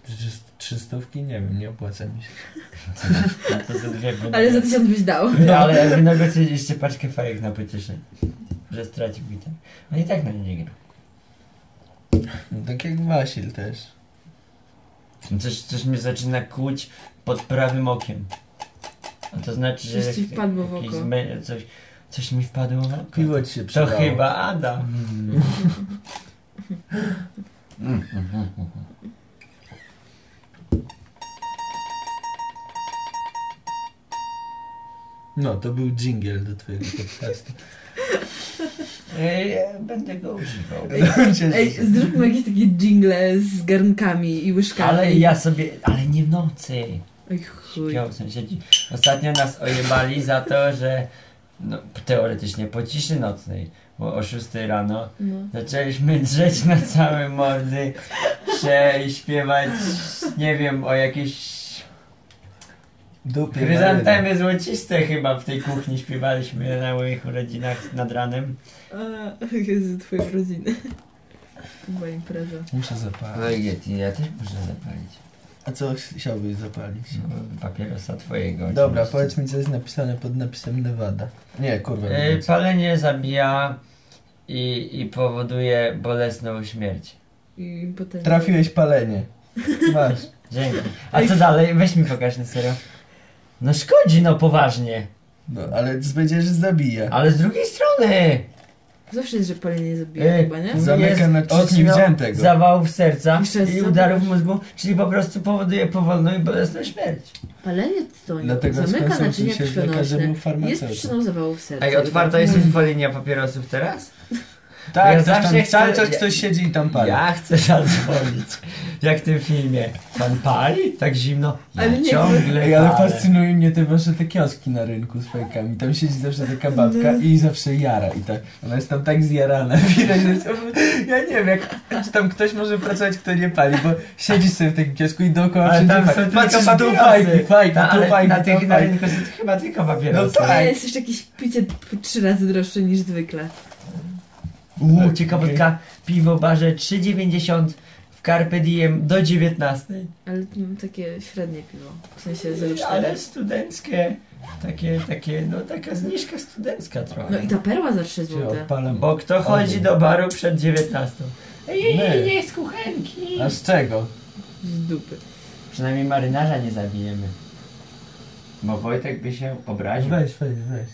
Speaker 3: Przecież trzystówki? Nie wiem, nie opłaca mi się.
Speaker 2: No to za dwie by-
Speaker 4: Ale za tysiąc byś dał.
Speaker 2: No, ale jakby negocjowaliście paczkę fajek na pocieszenie, że stracił gitar. No i tak na nie nie gra.
Speaker 3: No, tak jak Wasil też.
Speaker 2: No Coś, coś mnie zaczyna kłuć pod prawym okiem. A to znaczy, że
Speaker 4: Coś ci
Speaker 2: jak-
Speaker 4: wpadło w
Speaker 2: jakieś
Speaker 4: oko.
Speaker 2: zmę- coś, coś mi wpadło w oko.
Speaker 3: Piwo ci się
Speaker 2: No To
Speaker 3: przydało.
Speaker 2: chyba Adam.
Speaker 3: No, to był dżingiel do twojego podcastu.
Speaker 2: Ej, E, ja będę go używał.
Speaker 3: Cieszę
Speaker 4: Ej,
Speaker 3: się.
Speaker 4: zróbmy jakieś takie jingle z garnkami i łyżkami.
Speaker 2: Ale ja sobie, ale nie w nocy.
Speaker 4: Oj chuj.
Speaker 2: Śpią sąsiedzi. Ostatnio nas ojebali za to, że no, teoretycznie po ciszy nocnej, bo o 6 rano
Speaker 4: No.
Speaker 2: zaczęliśmy drzeć na całe mordy się i śpiewać, nie wiem, o jakieś
Speaker 3: Dupie Maryny.
Speaker 2: Chryzantemy złociste chyba w tej kuchni śpiewaliśmy na moich urodzinach nad ranem.
Speaker 4: A, Jezu, twoje rodziny. Chyba impreza.
Speaker 3: Muszę
Speaker 1: No
Speaker 3: zapalić.
Speaker 1: i Yeti, ja też muszę zapalić.
Speaker 3: A co chciałbyś zapalić?
Speaker 2: Papierosa twojego.
Speaker 4: No,
Speaker 3: Dobra,
Speaker 2: oczywiście.
Speaker 3: powiedz mi, co jest napisane pod napisem Nevada. Nie, kurwa. nie
Speaker 2: Y,
Speaker 3: wiem.
Speaker 2: Palenie zabija i, i powoduje bolesną śmierć.
Speaker 4: I potem...
Speaker 3: Trafiłeś palenie. Masz.
Speaker 2: Dzięki. A co dalej? Weź mi pokaż na serio. No szkodzi, no poważnie.
Speaker 3: No, ale będziesz zabija.
Speaker 2: Ale z drugiej strony
Speaker 4: Zawsze jest, że palenie zabija
Speaker 2: Ej,
Speaker 4: chyba, nie?
Speaker 3: Zamyka na
Speaker 2: jest
Speaker 3: trzcin
Speaker 2: odciął
Speaker 3: wziętego.
Speaker 2: zawałów serca
Speaker 4: Jeszcze jest
Speaker 2: i
Speaker 4: za-
Speaker 2: udarów mózgu, czyli po prostu powoduje powolną i bolesną śmierć.
Speaker 4: Palenie to nie.
Speaker 3: Dlatego
Speaker 4: Zamyka
Speaker 3: skonsultuj
Speaker 4: naczynia
Speaker 3: się z lekarzem
Speaker 4: krwionośne.
Speaker 3: lub
Speaker 4: Jest
Speaker 3: farmaceutą.
Speaker 4: przyczyną zawałów serca.
Speaker 2: Ej, otwarta jest już linia papierosów teraz? Ja
Speaker 3: Tak, ktoś
Speaker 2: zawsze
Speaker 3: tam,
Speaker 2: chcę-
Speaker 3: cały czas
Speaker 2: ja-
Speaker 3: ktoś siedzi i tam pali.
Speaker 2: Ja chcę zadzwonić. Jak w tym filmie. Pan pali? Tak zimno. Ja
Speaker 4: Ale nie,
Speaker 2: ciągle
Speaker 3: Ej, ale
Speaker 2: palę.
Speaker 3: fascynują mnie te wasze te kioski na rynku z fajkami. Tam siedzi zawsze taka babka i zawsze jara. I tak, ona jest tam tak zjarana. Widać, że jest- ja nie wiem, jak, czy tam ktoś może pracować, kto nie pali, bo siedzisz sobie w takim kiosku i dookoła
Speaker 2: Ale
Speaker 3: wszędzie
Speaker 2: tam są
Speaker 3: fajki.
Speaker 2: tylko
Speaker 3: Patrzysz tu
Speaker 2: papierosy.
Speaker 3: fajki, fajki,
Speaker 2: Ta,
Speaker 3: tu
Speaker 2: ale
Speaker 3: fajki,
Speaker 2: na
Speaker 3: tu
Speaker 2: tych na
Speaker 3: fajki.
Speaker 2: rynku są chyba tylko
Speaker 3: No
Speaker 2: papierosy.
Speaker 4: Ale
Speaker 3: tak.
Speaker 4: jest jeszcze jakieś picie p- trzy razy droższe niż zwykle.
Speaker 2: Uuu, ciekawostka. Piwo w barze 3,90 w Carpe Diem do 19.
Speaker 4: Ale mm, takie średnie piwo. W sensie 04.
Speaker 2: Ale studenckie. Takie, takie, no taka zniżka studencka trochę.
Speaker 4: No i ta perła za 3
Speaker 3: Cię
Speaker 4: złote.
Speaker 3: odpalam.
Speaker 2: Bo kto chodzi do baru przed 19? Ej,
Speaker 3: My.
Speaker 2: nie jest kuchenki.
Speaker 3: A z czego?
Speaker 4: Z dupy.
Speaker 2: Przynajmniej marynarza nie zabijemy. Bo Wojtek by się obraził.
Speaker 3: Weź, weź, weź.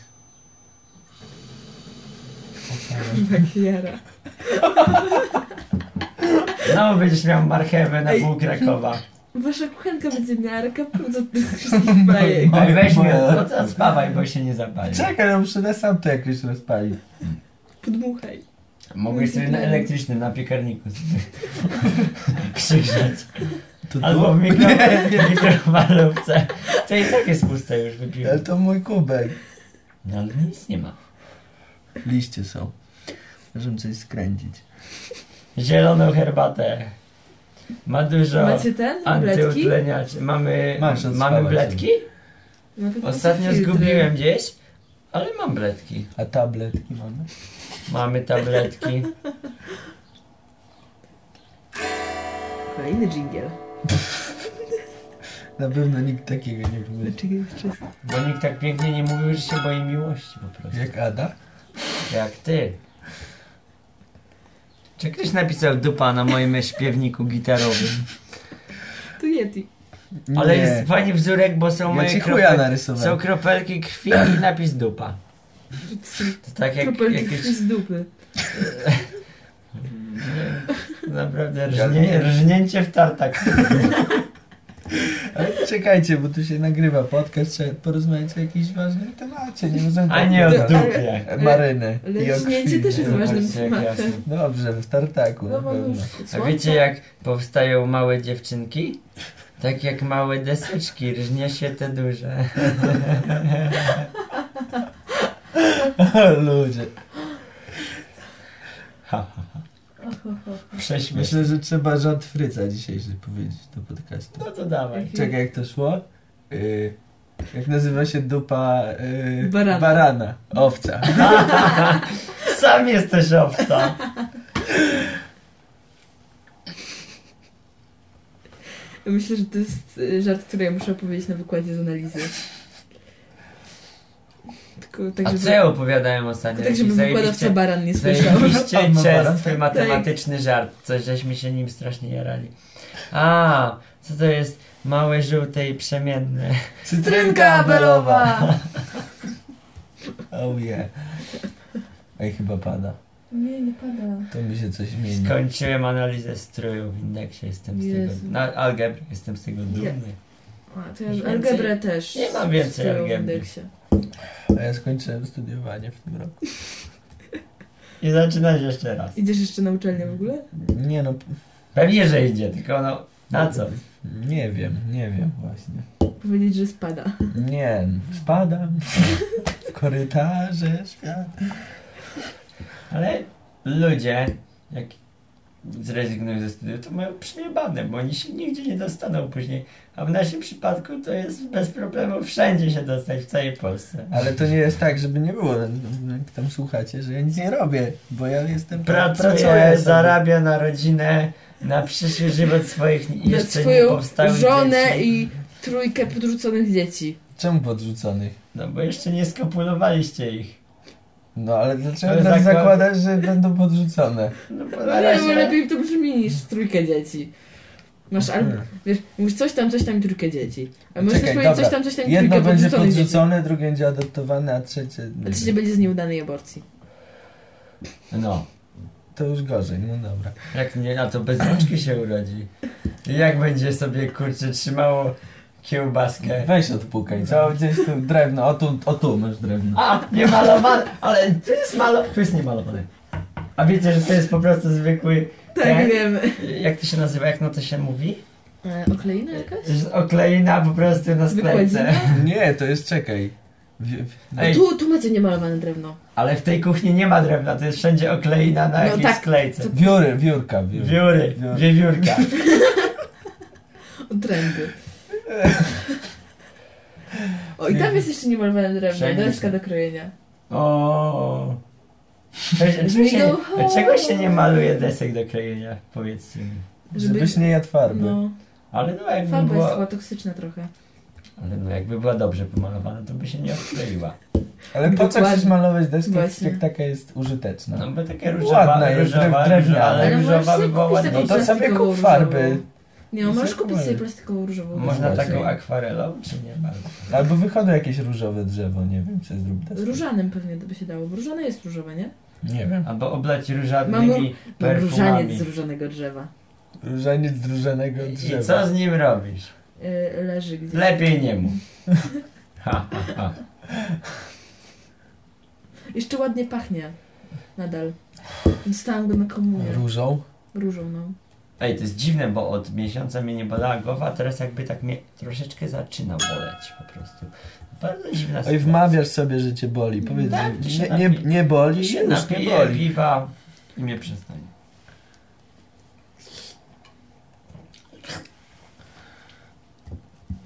Speaker 4: Tak jara.
Speaker 2: No, będziesz miał marchewę na
Speaker 4: Ej.
Speaker 2: pół Krakowa.
Speaker 4: Wasza kuchenka będzie miarka pół do tych wszystkich bajek.
Speaker 2: Oj, weź mnie,
Speaker 3: Bo-
Speaker 2: od- odspawaj, bo się nie zapali.
Speaker 3: Czekaj, ja muszę sam to jakoś rozpalić.
Speaker 4: Podmuchaj.
Speaker 2: Mogłeś sobie na elektrycznym, na piekarniku sobie krzyczeć.
Speaker 3: To
Speaker 2: Albo w mikro- w mikrofalówce. To i tak jest puste już,
Speaker 3: Ale
Speaker 2: wypiłem.
Speaker 3: to mój kubek.
Speaker 2: No, ale nic nie ma.
Speaker 3: Liście są. Możemy coś skręcić.
Speaker 2: Zieloną herbatę. Ma dużo
Speaker 4: Macie ten? Bledki?
Speaker 2: antyutleniaczy. Mamy,
Speaker 3: Masz, odspawaj
Speaker 2: mamy
Speaker 3: sobie.
Speaker 2: bledki?
Speaker 4: No, to takie
Speaker 2: Ostatnio
Speaker 4: filtry.
Speaker 2: zgubiłem gdzieś, ale mam bledki.
Speaker 3: A tabletki mamy?
Speaker 2: Mamy tabletki.
Speaker 4: Kolejny dżingiel.
Speaker 3: Na pewno nikt takiego nie wymyślił.
Speaker 4: Dlaczego jest czysty?
Speaker 2: Bo nikt tak pięknie nie mówił, że się boi miłości po prostu.
Speaker 3: Jak Ada?
Speaker 2: Jak ty. Czy ktoś napisał dupa na moim śpiewniku gitarowym?
Speaker 4: To Yeti.
Speaker 2: Ale
Speaker 3: nie.
Speaker 2: jest fajny wzórek, bo są
Speaker 3: Ja
Speaker 2: moje
Speaker 3: ci
Speaker 2: kropel...
Speaker 3: chuja
Speaker 2: Są
Speaker 3: narysowałem.
Speaker 2: kropelki krwi i napis dupa. To tak jak
Speaker 4: Kropelki
Speaker 2: jakieś...
Speaker 4: krwi z dupy.
Speaker 2: Nie, naprawdę
Speaker 3: Ja
Speaker 2: rżnie,
Speaker 3: nie.
Speaker 2: rżnięcie w tartak.
Speaker 3: Ale czekajcie, bo tu się nagrywa podcast, trzeba porozmawiać o jakimś ważnym temacie. Nie możemy
Speaker 2: A nie o
Speaker 4: To- ale-
Speaker 2: dupie.
Speaker 3: Marynę
Speaker 4: Ale
Speaker 3: i o
Speaker 4: rżnięcie
Speaker 3: krwi.
Speaker 4: też jest
Speaker 3: nie?
Speaker 4: ważnym
Speaker 2: Zobaczcie, jak
Speaker 4: tematem.
Speaker 2: jasno.
Speaker 3: Dobrze, w tartaku
Speaker 4: No
Speaker 3: na
Speaker 4: mamy już
Speaker 3: pewno.
Speaker 2: A
Speaker 4: słońce.
Speaker 2: wiecie jak powstają małe dziewczynki?
Speaker 6: Tak jak małe deseczki, różnia się te duże.
Speaker 2: Ludzie. Prześmiesz.
Speaker 3: Myślę, że trzeba rząd Fryca dzisiejszy powiedzieć do podcastu.
Speaker 2: No to dawaj.
Speaker 3: Czekaj, jak to szło? Y, jak nazywa się dupa y,
Speaker 4: Barana.
Speaker 3: barana? Owca.
Speaker 2: Sam jesteś
Speaker 4: Tak,
Speaker 2: owca.
Speaker 4: Myślę, że to jest y, żart, który ja muszę opowiedzieć na wykładzie z analizy. Tylko tak,
Speaker 6: A co ja opowiadałem ostatnio?
Speaker 4: tak, żeby
Speaker 6: Jakiś
Speaker 4: wykładowca
Speaker 6: zajebiście-
Speaker 4: baran nie słyszał.
Speaker 6: Zajebiście
Speaker 3: Pan ma
Speaker 6: czerstwy
Speaker 3: baran?
Speaker 4: Tak.
Speaker 6: matematyczny żart. Coś żeśmy się nim strasznie jarali. A, co to jest małe, żółte i przemienne?
Speaker 3: Cytrynka abelowa. Oh yeah. Ej, chyba pada.
Speaker 4: Nie, nie pada.
Speaker 3: To mi się coś zmieni.
Speaker 6: Skończyłem analizę stroju w indeksie, jestem z
Speaker 4: Jezu.
Speaker 6: tego... Na algebry, jestem z tego dumny.
Speaker 4: A, to
Speaker 6: Więcej-
Speaker 4: ja algebrę też.
Speaker 6: nie mam więcej
Speaker 4: stoją w
Speaker 6: algebry.
Speaker 4: indeksie.
Speaker 3: A ja skończyłem studiowanie w tym roku.
Speaker 2: I zaczynasz jeszcze raz.
Speaker 4: Idziesz jeszcze na uczelnię w ogóle?
Speaker 3: Nie no,
Speaker 2: Pewnie, że idzie, tylko no, na co?
Speaker 3: nie wiem, nie wiem właśnie.
Speaker 4: Powiedzieć, że spada.
Speaker 3: Nie, spadam w korytarze, świat.
Speaker 2: Ale ludzie, jak zrezygnują ze studiów, to mają przejebane, bo oni się nigdzie nie dostaną później. A w naszym przypadku to jest bez problemu wszędzie się dostać, w całej Polsce.
Speaker 3: Ale to nie jest tak, żeby nie było, jak tam słuchacie, że ja nic nie robię, bo ja jestem...
Speaker 2: Pracuje,
Speaker 3: pracuję sobie.
Speaker 2: zarabia na rodzinę, na przyszły żywot swoich
Speaker 4: Na
Speaker 2: jeszcze nie
Speaker 4: swoją
Speaker 2: powstałych
Speaker 4: żonę
Speaker 2: dzieci.
Speaker 4: i trójkę podrzuconych dzieci.
Speaker 3: Czemu podrzuconych?
Speaker 2: No bo jeszcze nie skopulowaliście ich.
Speaker 3: No ale dlaczego
Speaker 2: Ale
Speaker 3: teraz
Speaker 2: zakład-
Speaker 3: zakładasz, że będą podrzucone?
Speaker 2: No bo
Speaker 4: No
Speaker 2: na
Speaker 4: nie, bo
Speaker 2: razie...
Speaker 4: lepiej to brzmi niż trójkę dzieci. Masz albo, wiesz, mówisz coś tam, coś tam i trójkę dzieci. A możesz
Speaker 3: Czekaj,
Speaker 4: też powiedzieć
Speaker 3: dobra.
Speaker 4: coś tam, coś tam i
Speaker 3: Jedno
Speaker 4: trójkę
Speaker 3: będzie
Speaker 4: podrzuconych dzieci.
Speaker 3: podrzucone, drugie będzie adoptowane, a trzecie... nie
Speaker 4: A
Speaker 3: wiem.
Speaker 4: trzecie będzie z nieudanej aborcji.
Speaker 2: No,
Speaker 3: To już gorzej, no dobra.
Speaker 2: jak nie, a to bez rączki się urodzi. I jak będzie sobie, kurczę, trzymało kiełbaskę?
Speaker 3: Weź odpukaj, co? E, Gdzieś tu drewno, o tu, o tu masz drewno.
Speaker 2: A, nie malowane, ale to jest malo... To jest nie malowane. A wiecie, że to jest po prostu zwykły...
Speaker 4: Tak,
Speaker 2: Tak.
Speaker 4: wiem.
Speaker 2: Jak to się nazywa? Jak no to się mówi?
Speaker 4: E, okleina jakaś?
Speaker 2: Że Okleina po prostu na sklejce.
Speaker 4: Wykładzina?
Speaker 3: Nie, to jest, czekaj. Wie-
Speaker 2: Ej.
Speaker 4: Tu, tu macie niemalowane drewno.
Speaker 2: Ale w tej kuchni nie ma drewna, to jest wszędzie okleina na
Speaker 4: No
Speaker 2: jakiejś
Speaker 4: tak.
Speaker 2: sklejce.
Speaker 3: Wióry, wiórka, wiór.
Speaker 2: Wióry,
Speaker 3: Wióry.
Speaker 2: wiewiórka.
Speaker 4: Odręby. O, i tam jest jeszcze niemalowane drewno,
Speaker 2: Wszędzie.
Speaker 4: deska do krojenia.
Speaker 2: O. Dlaczego się,
Speaker 4: go home.
Speaker 2: dlaczego się nie maluje desek do krojenia? Powiedzcie mi.
Speaker 4: Żeby-
Speaker 3: Żebyś nie jadł farby.
Speaker 4: No,
Speaker 2: Ale no jakby
Speaker 4: farba jest
Speaker 2: była,
Speaker 4: chyba toksyczna trochę.
Speaker 2: ale no jakby była dobrze pomalowana, to by się nie odkleiła.
Speaker 3: Ale po co
Speaker 4: Dokładnie.
Speaker 3: chcesz malować deskę,
Speaker 4: Właśnie.
Speaker 3: jak taka jest użyteczna?
Speaker 2: No
Speaker 3: No,
Speaker 2: bo takie różowa,
Speaker 3: Ładna jest,
Speaker 2: różowa,
Speaker 3: drewniana.
Speaker 2: różowa, ale no
Speaker 4: Ale
Speaker 2: różowa
Speaker 4: możesz
Speaker 2: by
Speaker 4: sobie
Speaker 2: była
Speaker 4: kupić
Speaker 2: ładniejsza.
Speaker 4: taką
Speaker 3: to sobie
Speaker 4: plastikową
Speaker 3: kup farby.
Speaker 4: różową. Nie, no,
Speaker 3: Nie
Speaker 4: możesz kupić
Speaker 3: zakładaj.
Speaker 4: sobie plastikową różową.
Speaker 2: Można
Speaker 3: Właśnie.
Speaker 2: taką akwarelą, czy nie bardzo?
Speaker 3: Albo wychodzą jakieś różowe drzewo, nie wiem, czy zrób deskę.
Speaker 4: Różanym pewnie by się dało, bo różane jest różowe, nie?
Speaker 3: Nie wiem.
Speaker 2: Albo oblać
Speaker 4: Mam
Speaker 2: różadnymi
Speaker 4: No,
Speaker 2: No, perfumami.
Speaker 4: różaniec z różanego drzewa.
Speaker 3: Różaniec z różanego
Speaker 2: I
Speaker 3: drzewa.
Speaker 2: i co z nim robisz?
Speaker 4: Yy, leży gdzieś.
Speaker 2: Lepiej nie mów. Ha, ha, ha.
Speaker 4: Jeszcze ładnie pachnie. Nadal. Dostałam go na komunię.
Speaker 3: Różą?
Speaker 4: Różą, no.
Speaker 2: Ej, to jest dziwne, bo od miesiąca mnie nie bolała głowa, a teraz jakby tak mnie troszeczkę zaczyna boleć po prostu. Bardzo dziwna
Speaker 3: Oj,
Speaker 2: sytuacja.
Speaker 3: wmawiasz sobie, że cię boli. Powiedz,
Speaker 2: Tak,
Speaker 3: że
Speaker 2: to się
Speaker 3: nie, nie,
Speaker 2: napij.
Speaker 3: nie boli,
Speaker 2: I się
Speaker 3: już nie
Speaker 2: napiję
Speaker 3: boli.
Speaker 2: piwa i mnie przestanie.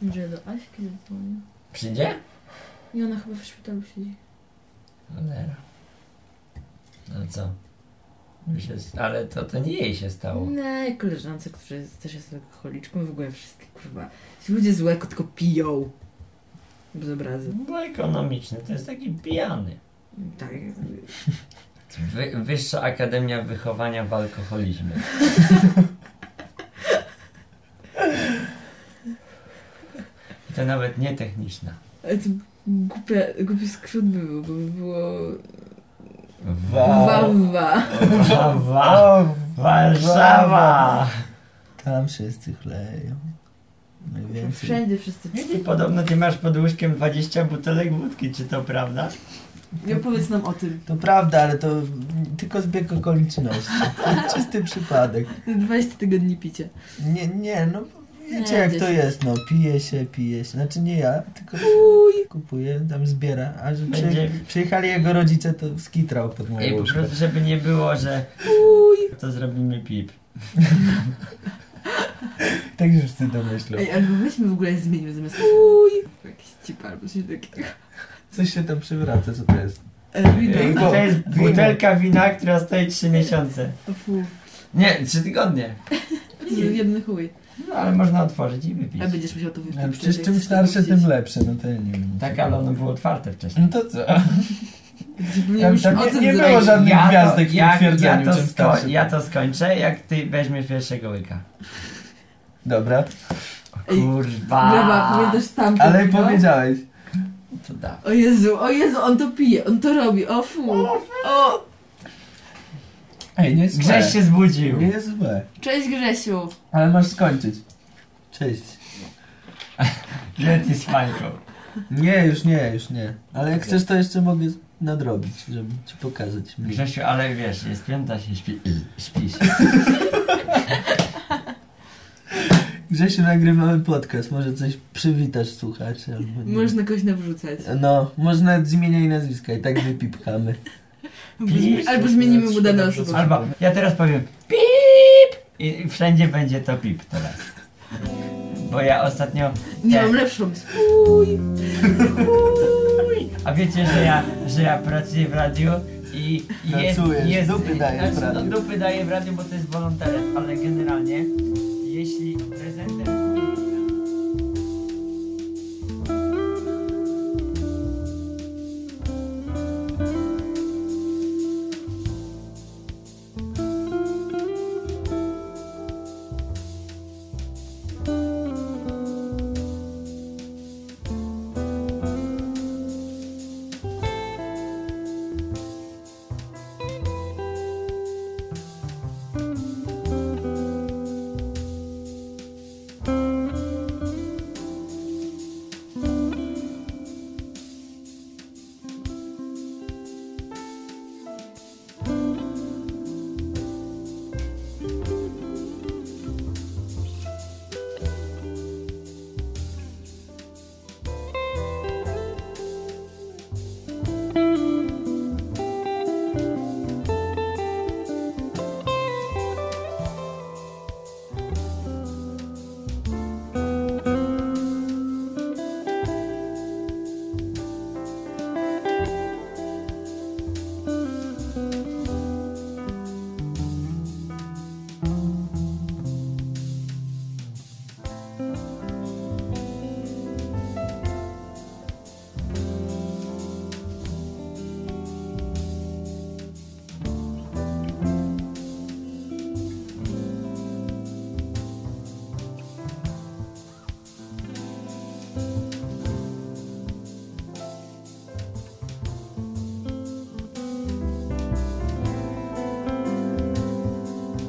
Speaker 4: Może ja do Aśki zadzwonię.
Speaker 2: Przyjdzie?
Speaker 4: I ona chyba w szpitalu siedzi.
Speaker 2: Cholera. No co? By Się, s- ale to, to nie jej się stało.
Speaker 4: Nie, koleżance, która jest, też jest alkoholiczką, w ogóle wszystkie, kurwa. Ci Ludzie z łeko tylko piją. Bez obrazy.
Speaker 2: Bo ekonomiczny, to jest taki pijany.
Speaker 4: Tak.
Speaker 2: Wy, Wyższa Akademia Wychowania w Alkoholizmie. I to nawet nie techniczna.
Speaker 4: Ale to głupie, głupi skrót by był, bo by było...
Speaker 3: Wa-
Speaker 4: Wawa.
Speaker 2: Warszawa!
Speaker 3: O,
Speaker 2: Warszawa!
Speaker 3: Tam wszyscy chleją. Najwięcej.
Speaker 4: Wszędzie wszyscy
Speaker 2: Mili, podobno ty masz pod łóżkiem 20 butelek wódki, czy to prawda?
Speaker 4: Nie opowiedz nam o tym.
Speaker 3: To prawda, ale to tylko zbieg okoliczności. To jest czysty przypadek.
Speaker 4: 20 tygodni picia.
Speaker 3: Nie, nie, no Wiecie jak to jest, no pije się, pije się. Znaczy nie ja, tylko kupuję, tam zbiera. A że przy,
Speaker 2: Będzie-
Speaker 3: przyjechali jego rodzice, to skitrał pod
Speaker 2: I
Speaker 3: moją
Speaker 2: po
Speaker 3: łóżkę.
Speaker 2: prostu, żeby nie było, że to zrobimy pip.
Speaker 3: Tak już ty domyślał.
Speaker 4: Ej, albo weźmy w ogóle zmieńmy zamiast uj, jakiś cip albo coś takiego.
Speaker 3: Coś się tam przywraca, co to jest?
Speaker 4: E, Widać.
Speaker 2: A to jest
Speaker 3: Wino.
Speaker 2: butelka wina, która stoi 3 miesiące.
Speaker 4: Fu,
Speaker 2: Nie, 3 tygodnie.
Speaker 4: jedny chuj.
Speaker 2: No ale można otworzyć i wypić.
Speaker 4: A będziesz musiał to wypić.
Speaker 3: No, przecież czym starsze, tym lepsze, no to ja nie wiem.
Speaker 2: Tak, ale ono było otwarte wcześniej.
Speaker 3: No to co?
Speaker 4: lepiej.
Speaker 3: Tam-
Speaker 4: Już
Speaker 3: tam
Speaker 4: ocen
Speaker 3: nie
Speaker 4: zrobić.
Speaker 3: było No, żadnych gwiazdek w tym
Speaker 2: ja, ja,
Speaker 3: twierdzeniu,
Speaker 2: to
Speaker 3: czym starszy,
Speaker 2: sko- ja
Speaker 3: tym-
Speaker 2: to skończę, jak ty weźmiesz pierwszego łyka.
Speaker 3: Dobra,
Speaker 4: Ej,
Speaker 2: Kurwa.
Speaker 4: Gleba, pamiętasz tam.
Speaker 3: ale
Speaker 4: no?
Speaker 3: powiedziałeś.
Speaker 2: To dawaj.
Speaker 4: O Jezu, o Jezu, on to pije, on to robi, o fu. O,
Speaker 3: Ej, nie jest złe.
Speaker 2: Grześ się zbudził.
Speaker 3: Nie jest złe.
Speaker 4: cześć Grzesiu.
Speaker 3: Ale masz skończyć. Cześć.
Speaker 2: Leci z fajką.
Speaker 3: Nie, już nie, już nie. Ale jak chcesz, to jeszcze mogę nadrobić, żeby ci pokazać. mniej.
Speaker 2: Grzesiu, ale wiesz, jest piąta się śpi. Śpi się.
Speaker 3: Grzesiu, nagrywamy podcast, może coś przywitasz słuchaczy. Albo nie.
Speaker 4: Można kogoś nawrzucać.
Speaker 3: No, można z imienia i nazwiska i tak wypipkamy.
Speaker 4: Albo zmi- Albo zmienimy mu dane osoby.
Speaker 2: Albo ja teraz powiem pip i i wszędzie będzie to pip teraz. Bo ja ostatnio.
Speaker 4: Nie
Speaker 2: tak.
Speaker 4: mam lepszą. Fuj.
Speaker 2: Uj, A wiecie, że ja, że ja pracuję w radiu i i jest,
Speaker 3: Pracujesz,
Speaker 2: jest
Speaker 3: dupy dajesz w
Speaker 2: znaczy,
Speaker 3: radiu.
Speaker 2: No, dupy daję w radiu, bo to jest wolontariat, ale generalnie jeśli prezentem
Speaker 7: Jak to, jak to się zawsze...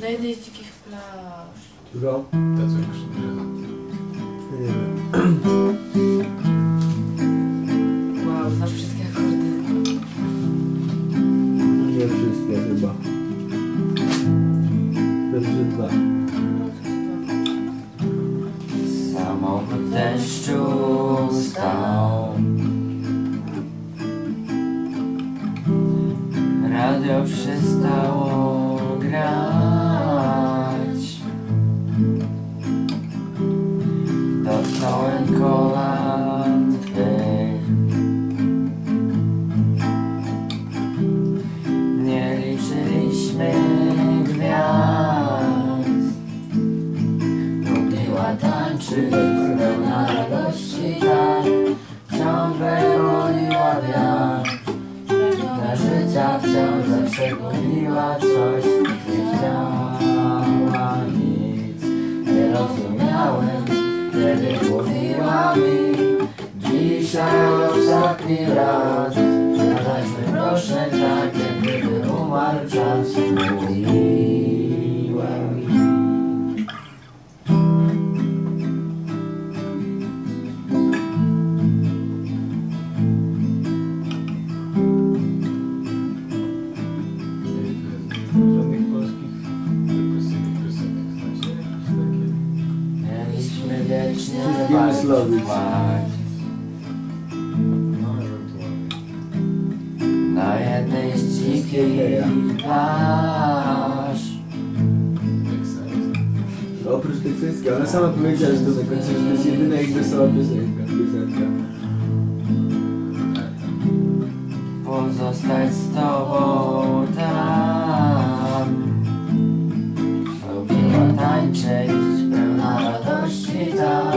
Speaker 4: Na jednej z dzikich plaż.
Speaker 3: Którą?
Speaker 8: Ta, co już nie
Speaker 3: Nie wiem.
Speaker 4: Wow, znasz wszystkie akordy.
Speaker 3: Nie wszystkie chyba. Pierwsze dwa.
Speaker 2: Samochód w deszczu stał Radio przestało grać Dotknąłem kolan twych Nie liczyliśmy gwiazd Lubiła tańczyć, pełna radości tak Ciągle goniła wiatr Dla życia wciąż zawsze goniła coś Nie chciała nic Nie rozumiałem, kiedy mówiła mi Dzisiaj ostatni raz Zadajmy proszę tak, jak gdyby umarł czas Mówiła mi
Speaker 8: znam. Żadnych polskich, tylko synek, piosenek znacie? Jakieś takie?
Speaker 2: Mieliśmy wiecznie
Speaker 3: Jugosławii.
Speaker 2: spać
Speaker 8: No, ewentualnie.
Speaker 2: Na jednej z dzikich plaż
Speaker 8: Jak sam.
Speaker 3: Oprócz tych wszystkich, ona sama powiedziała, że to zakończy, że to jest jedyna ich wesoła piosenka. piosenka.
Speaker 2: Pozostać z tobą tam Lubiła tańczyć pełna radości tak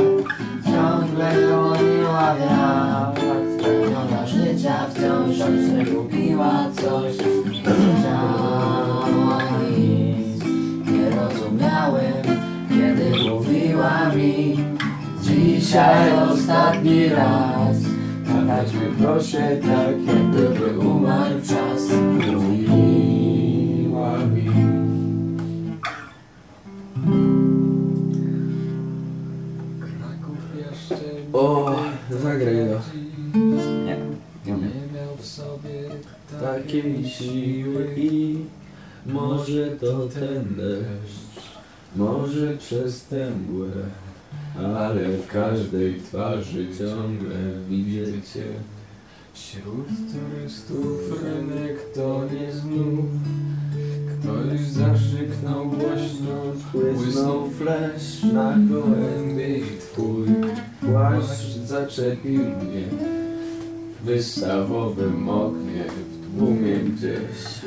Speaker 2: Ciągle goniła wiatr Spełniona życia wciąż zawsze lubiła coś Nie chciała nic Nie rozumiałem kiedy mówiła mi Dzisiaj ostatni raz Zadajmy proszę tak, jak gdyby umarł czas Mówiła mi
Speaker 8: Kraków jeszcze
Speaker 3: O, zagraj go.
Speaker 2: Nie, nie umiem
Speaker 8: nie miał w sobie
Speaker 3: Takiej siły i może to ten deszcz, może przez tę mgłę, ale w każdej twarzy ciągle widzę cię.
Speaker 8: Wśród turystów rynek to nie znów Ktoś zakrzyknął głośno Błysnął
Speaker 3: Błysnął flesz na gołębie i twój płaszcz zaczepił mnie w wystawowym oknie w tłumie gdzieś.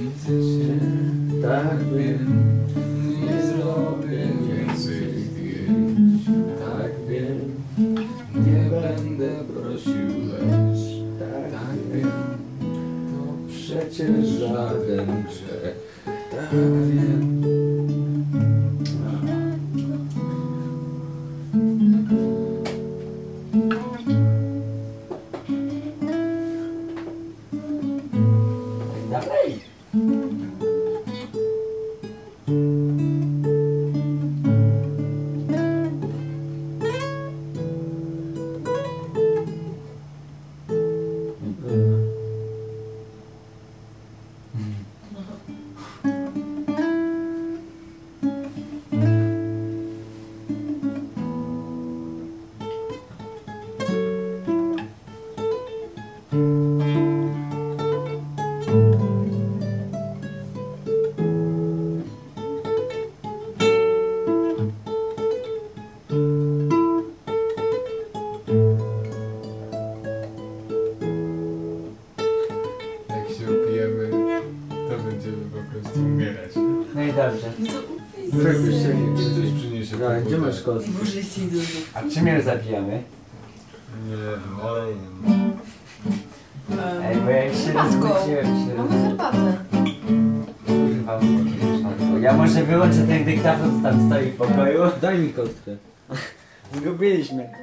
Speaker 8: Widzę cię,
Speaker 3: Tak wiem,
Speaker 8: nie zrobię więcej zdjęć
Speaker 3: tak wiem,
Speaker 8: Nie będę prosił lecz Tak wiem, to
Speaker 3: Przecież żaden grzech
Speaker 8: tak wiem
Speaker 2: Dalej!
Speaker 8: Mm. Jak się upijemy, to będziemy po prostu umierać
Speaker 2: No i dobrze.
Speaker 8: Czy coś przyniesie
Speaker 3: A Tak, gdzie masz kostkę?
Speaker 4: Włożycie do zupy.
Speaker 2: A czym ją zabijamy?
Speaker 8: Nie, olejem
Speaker 4: А,
Speaker 2: Ej, bo ja już się
Speaker 4: Matko,
Speaker 2: rozbudziłem się.
Speaker 4: Mamy herbatę.
Speaker 2: Kurwa, matko. Ja może wyłączę ten dyktafon, co tam stoi w pokoju.
Speaker 3: Daj mi kostkę.
Speaker 2: Zgubiliśmy.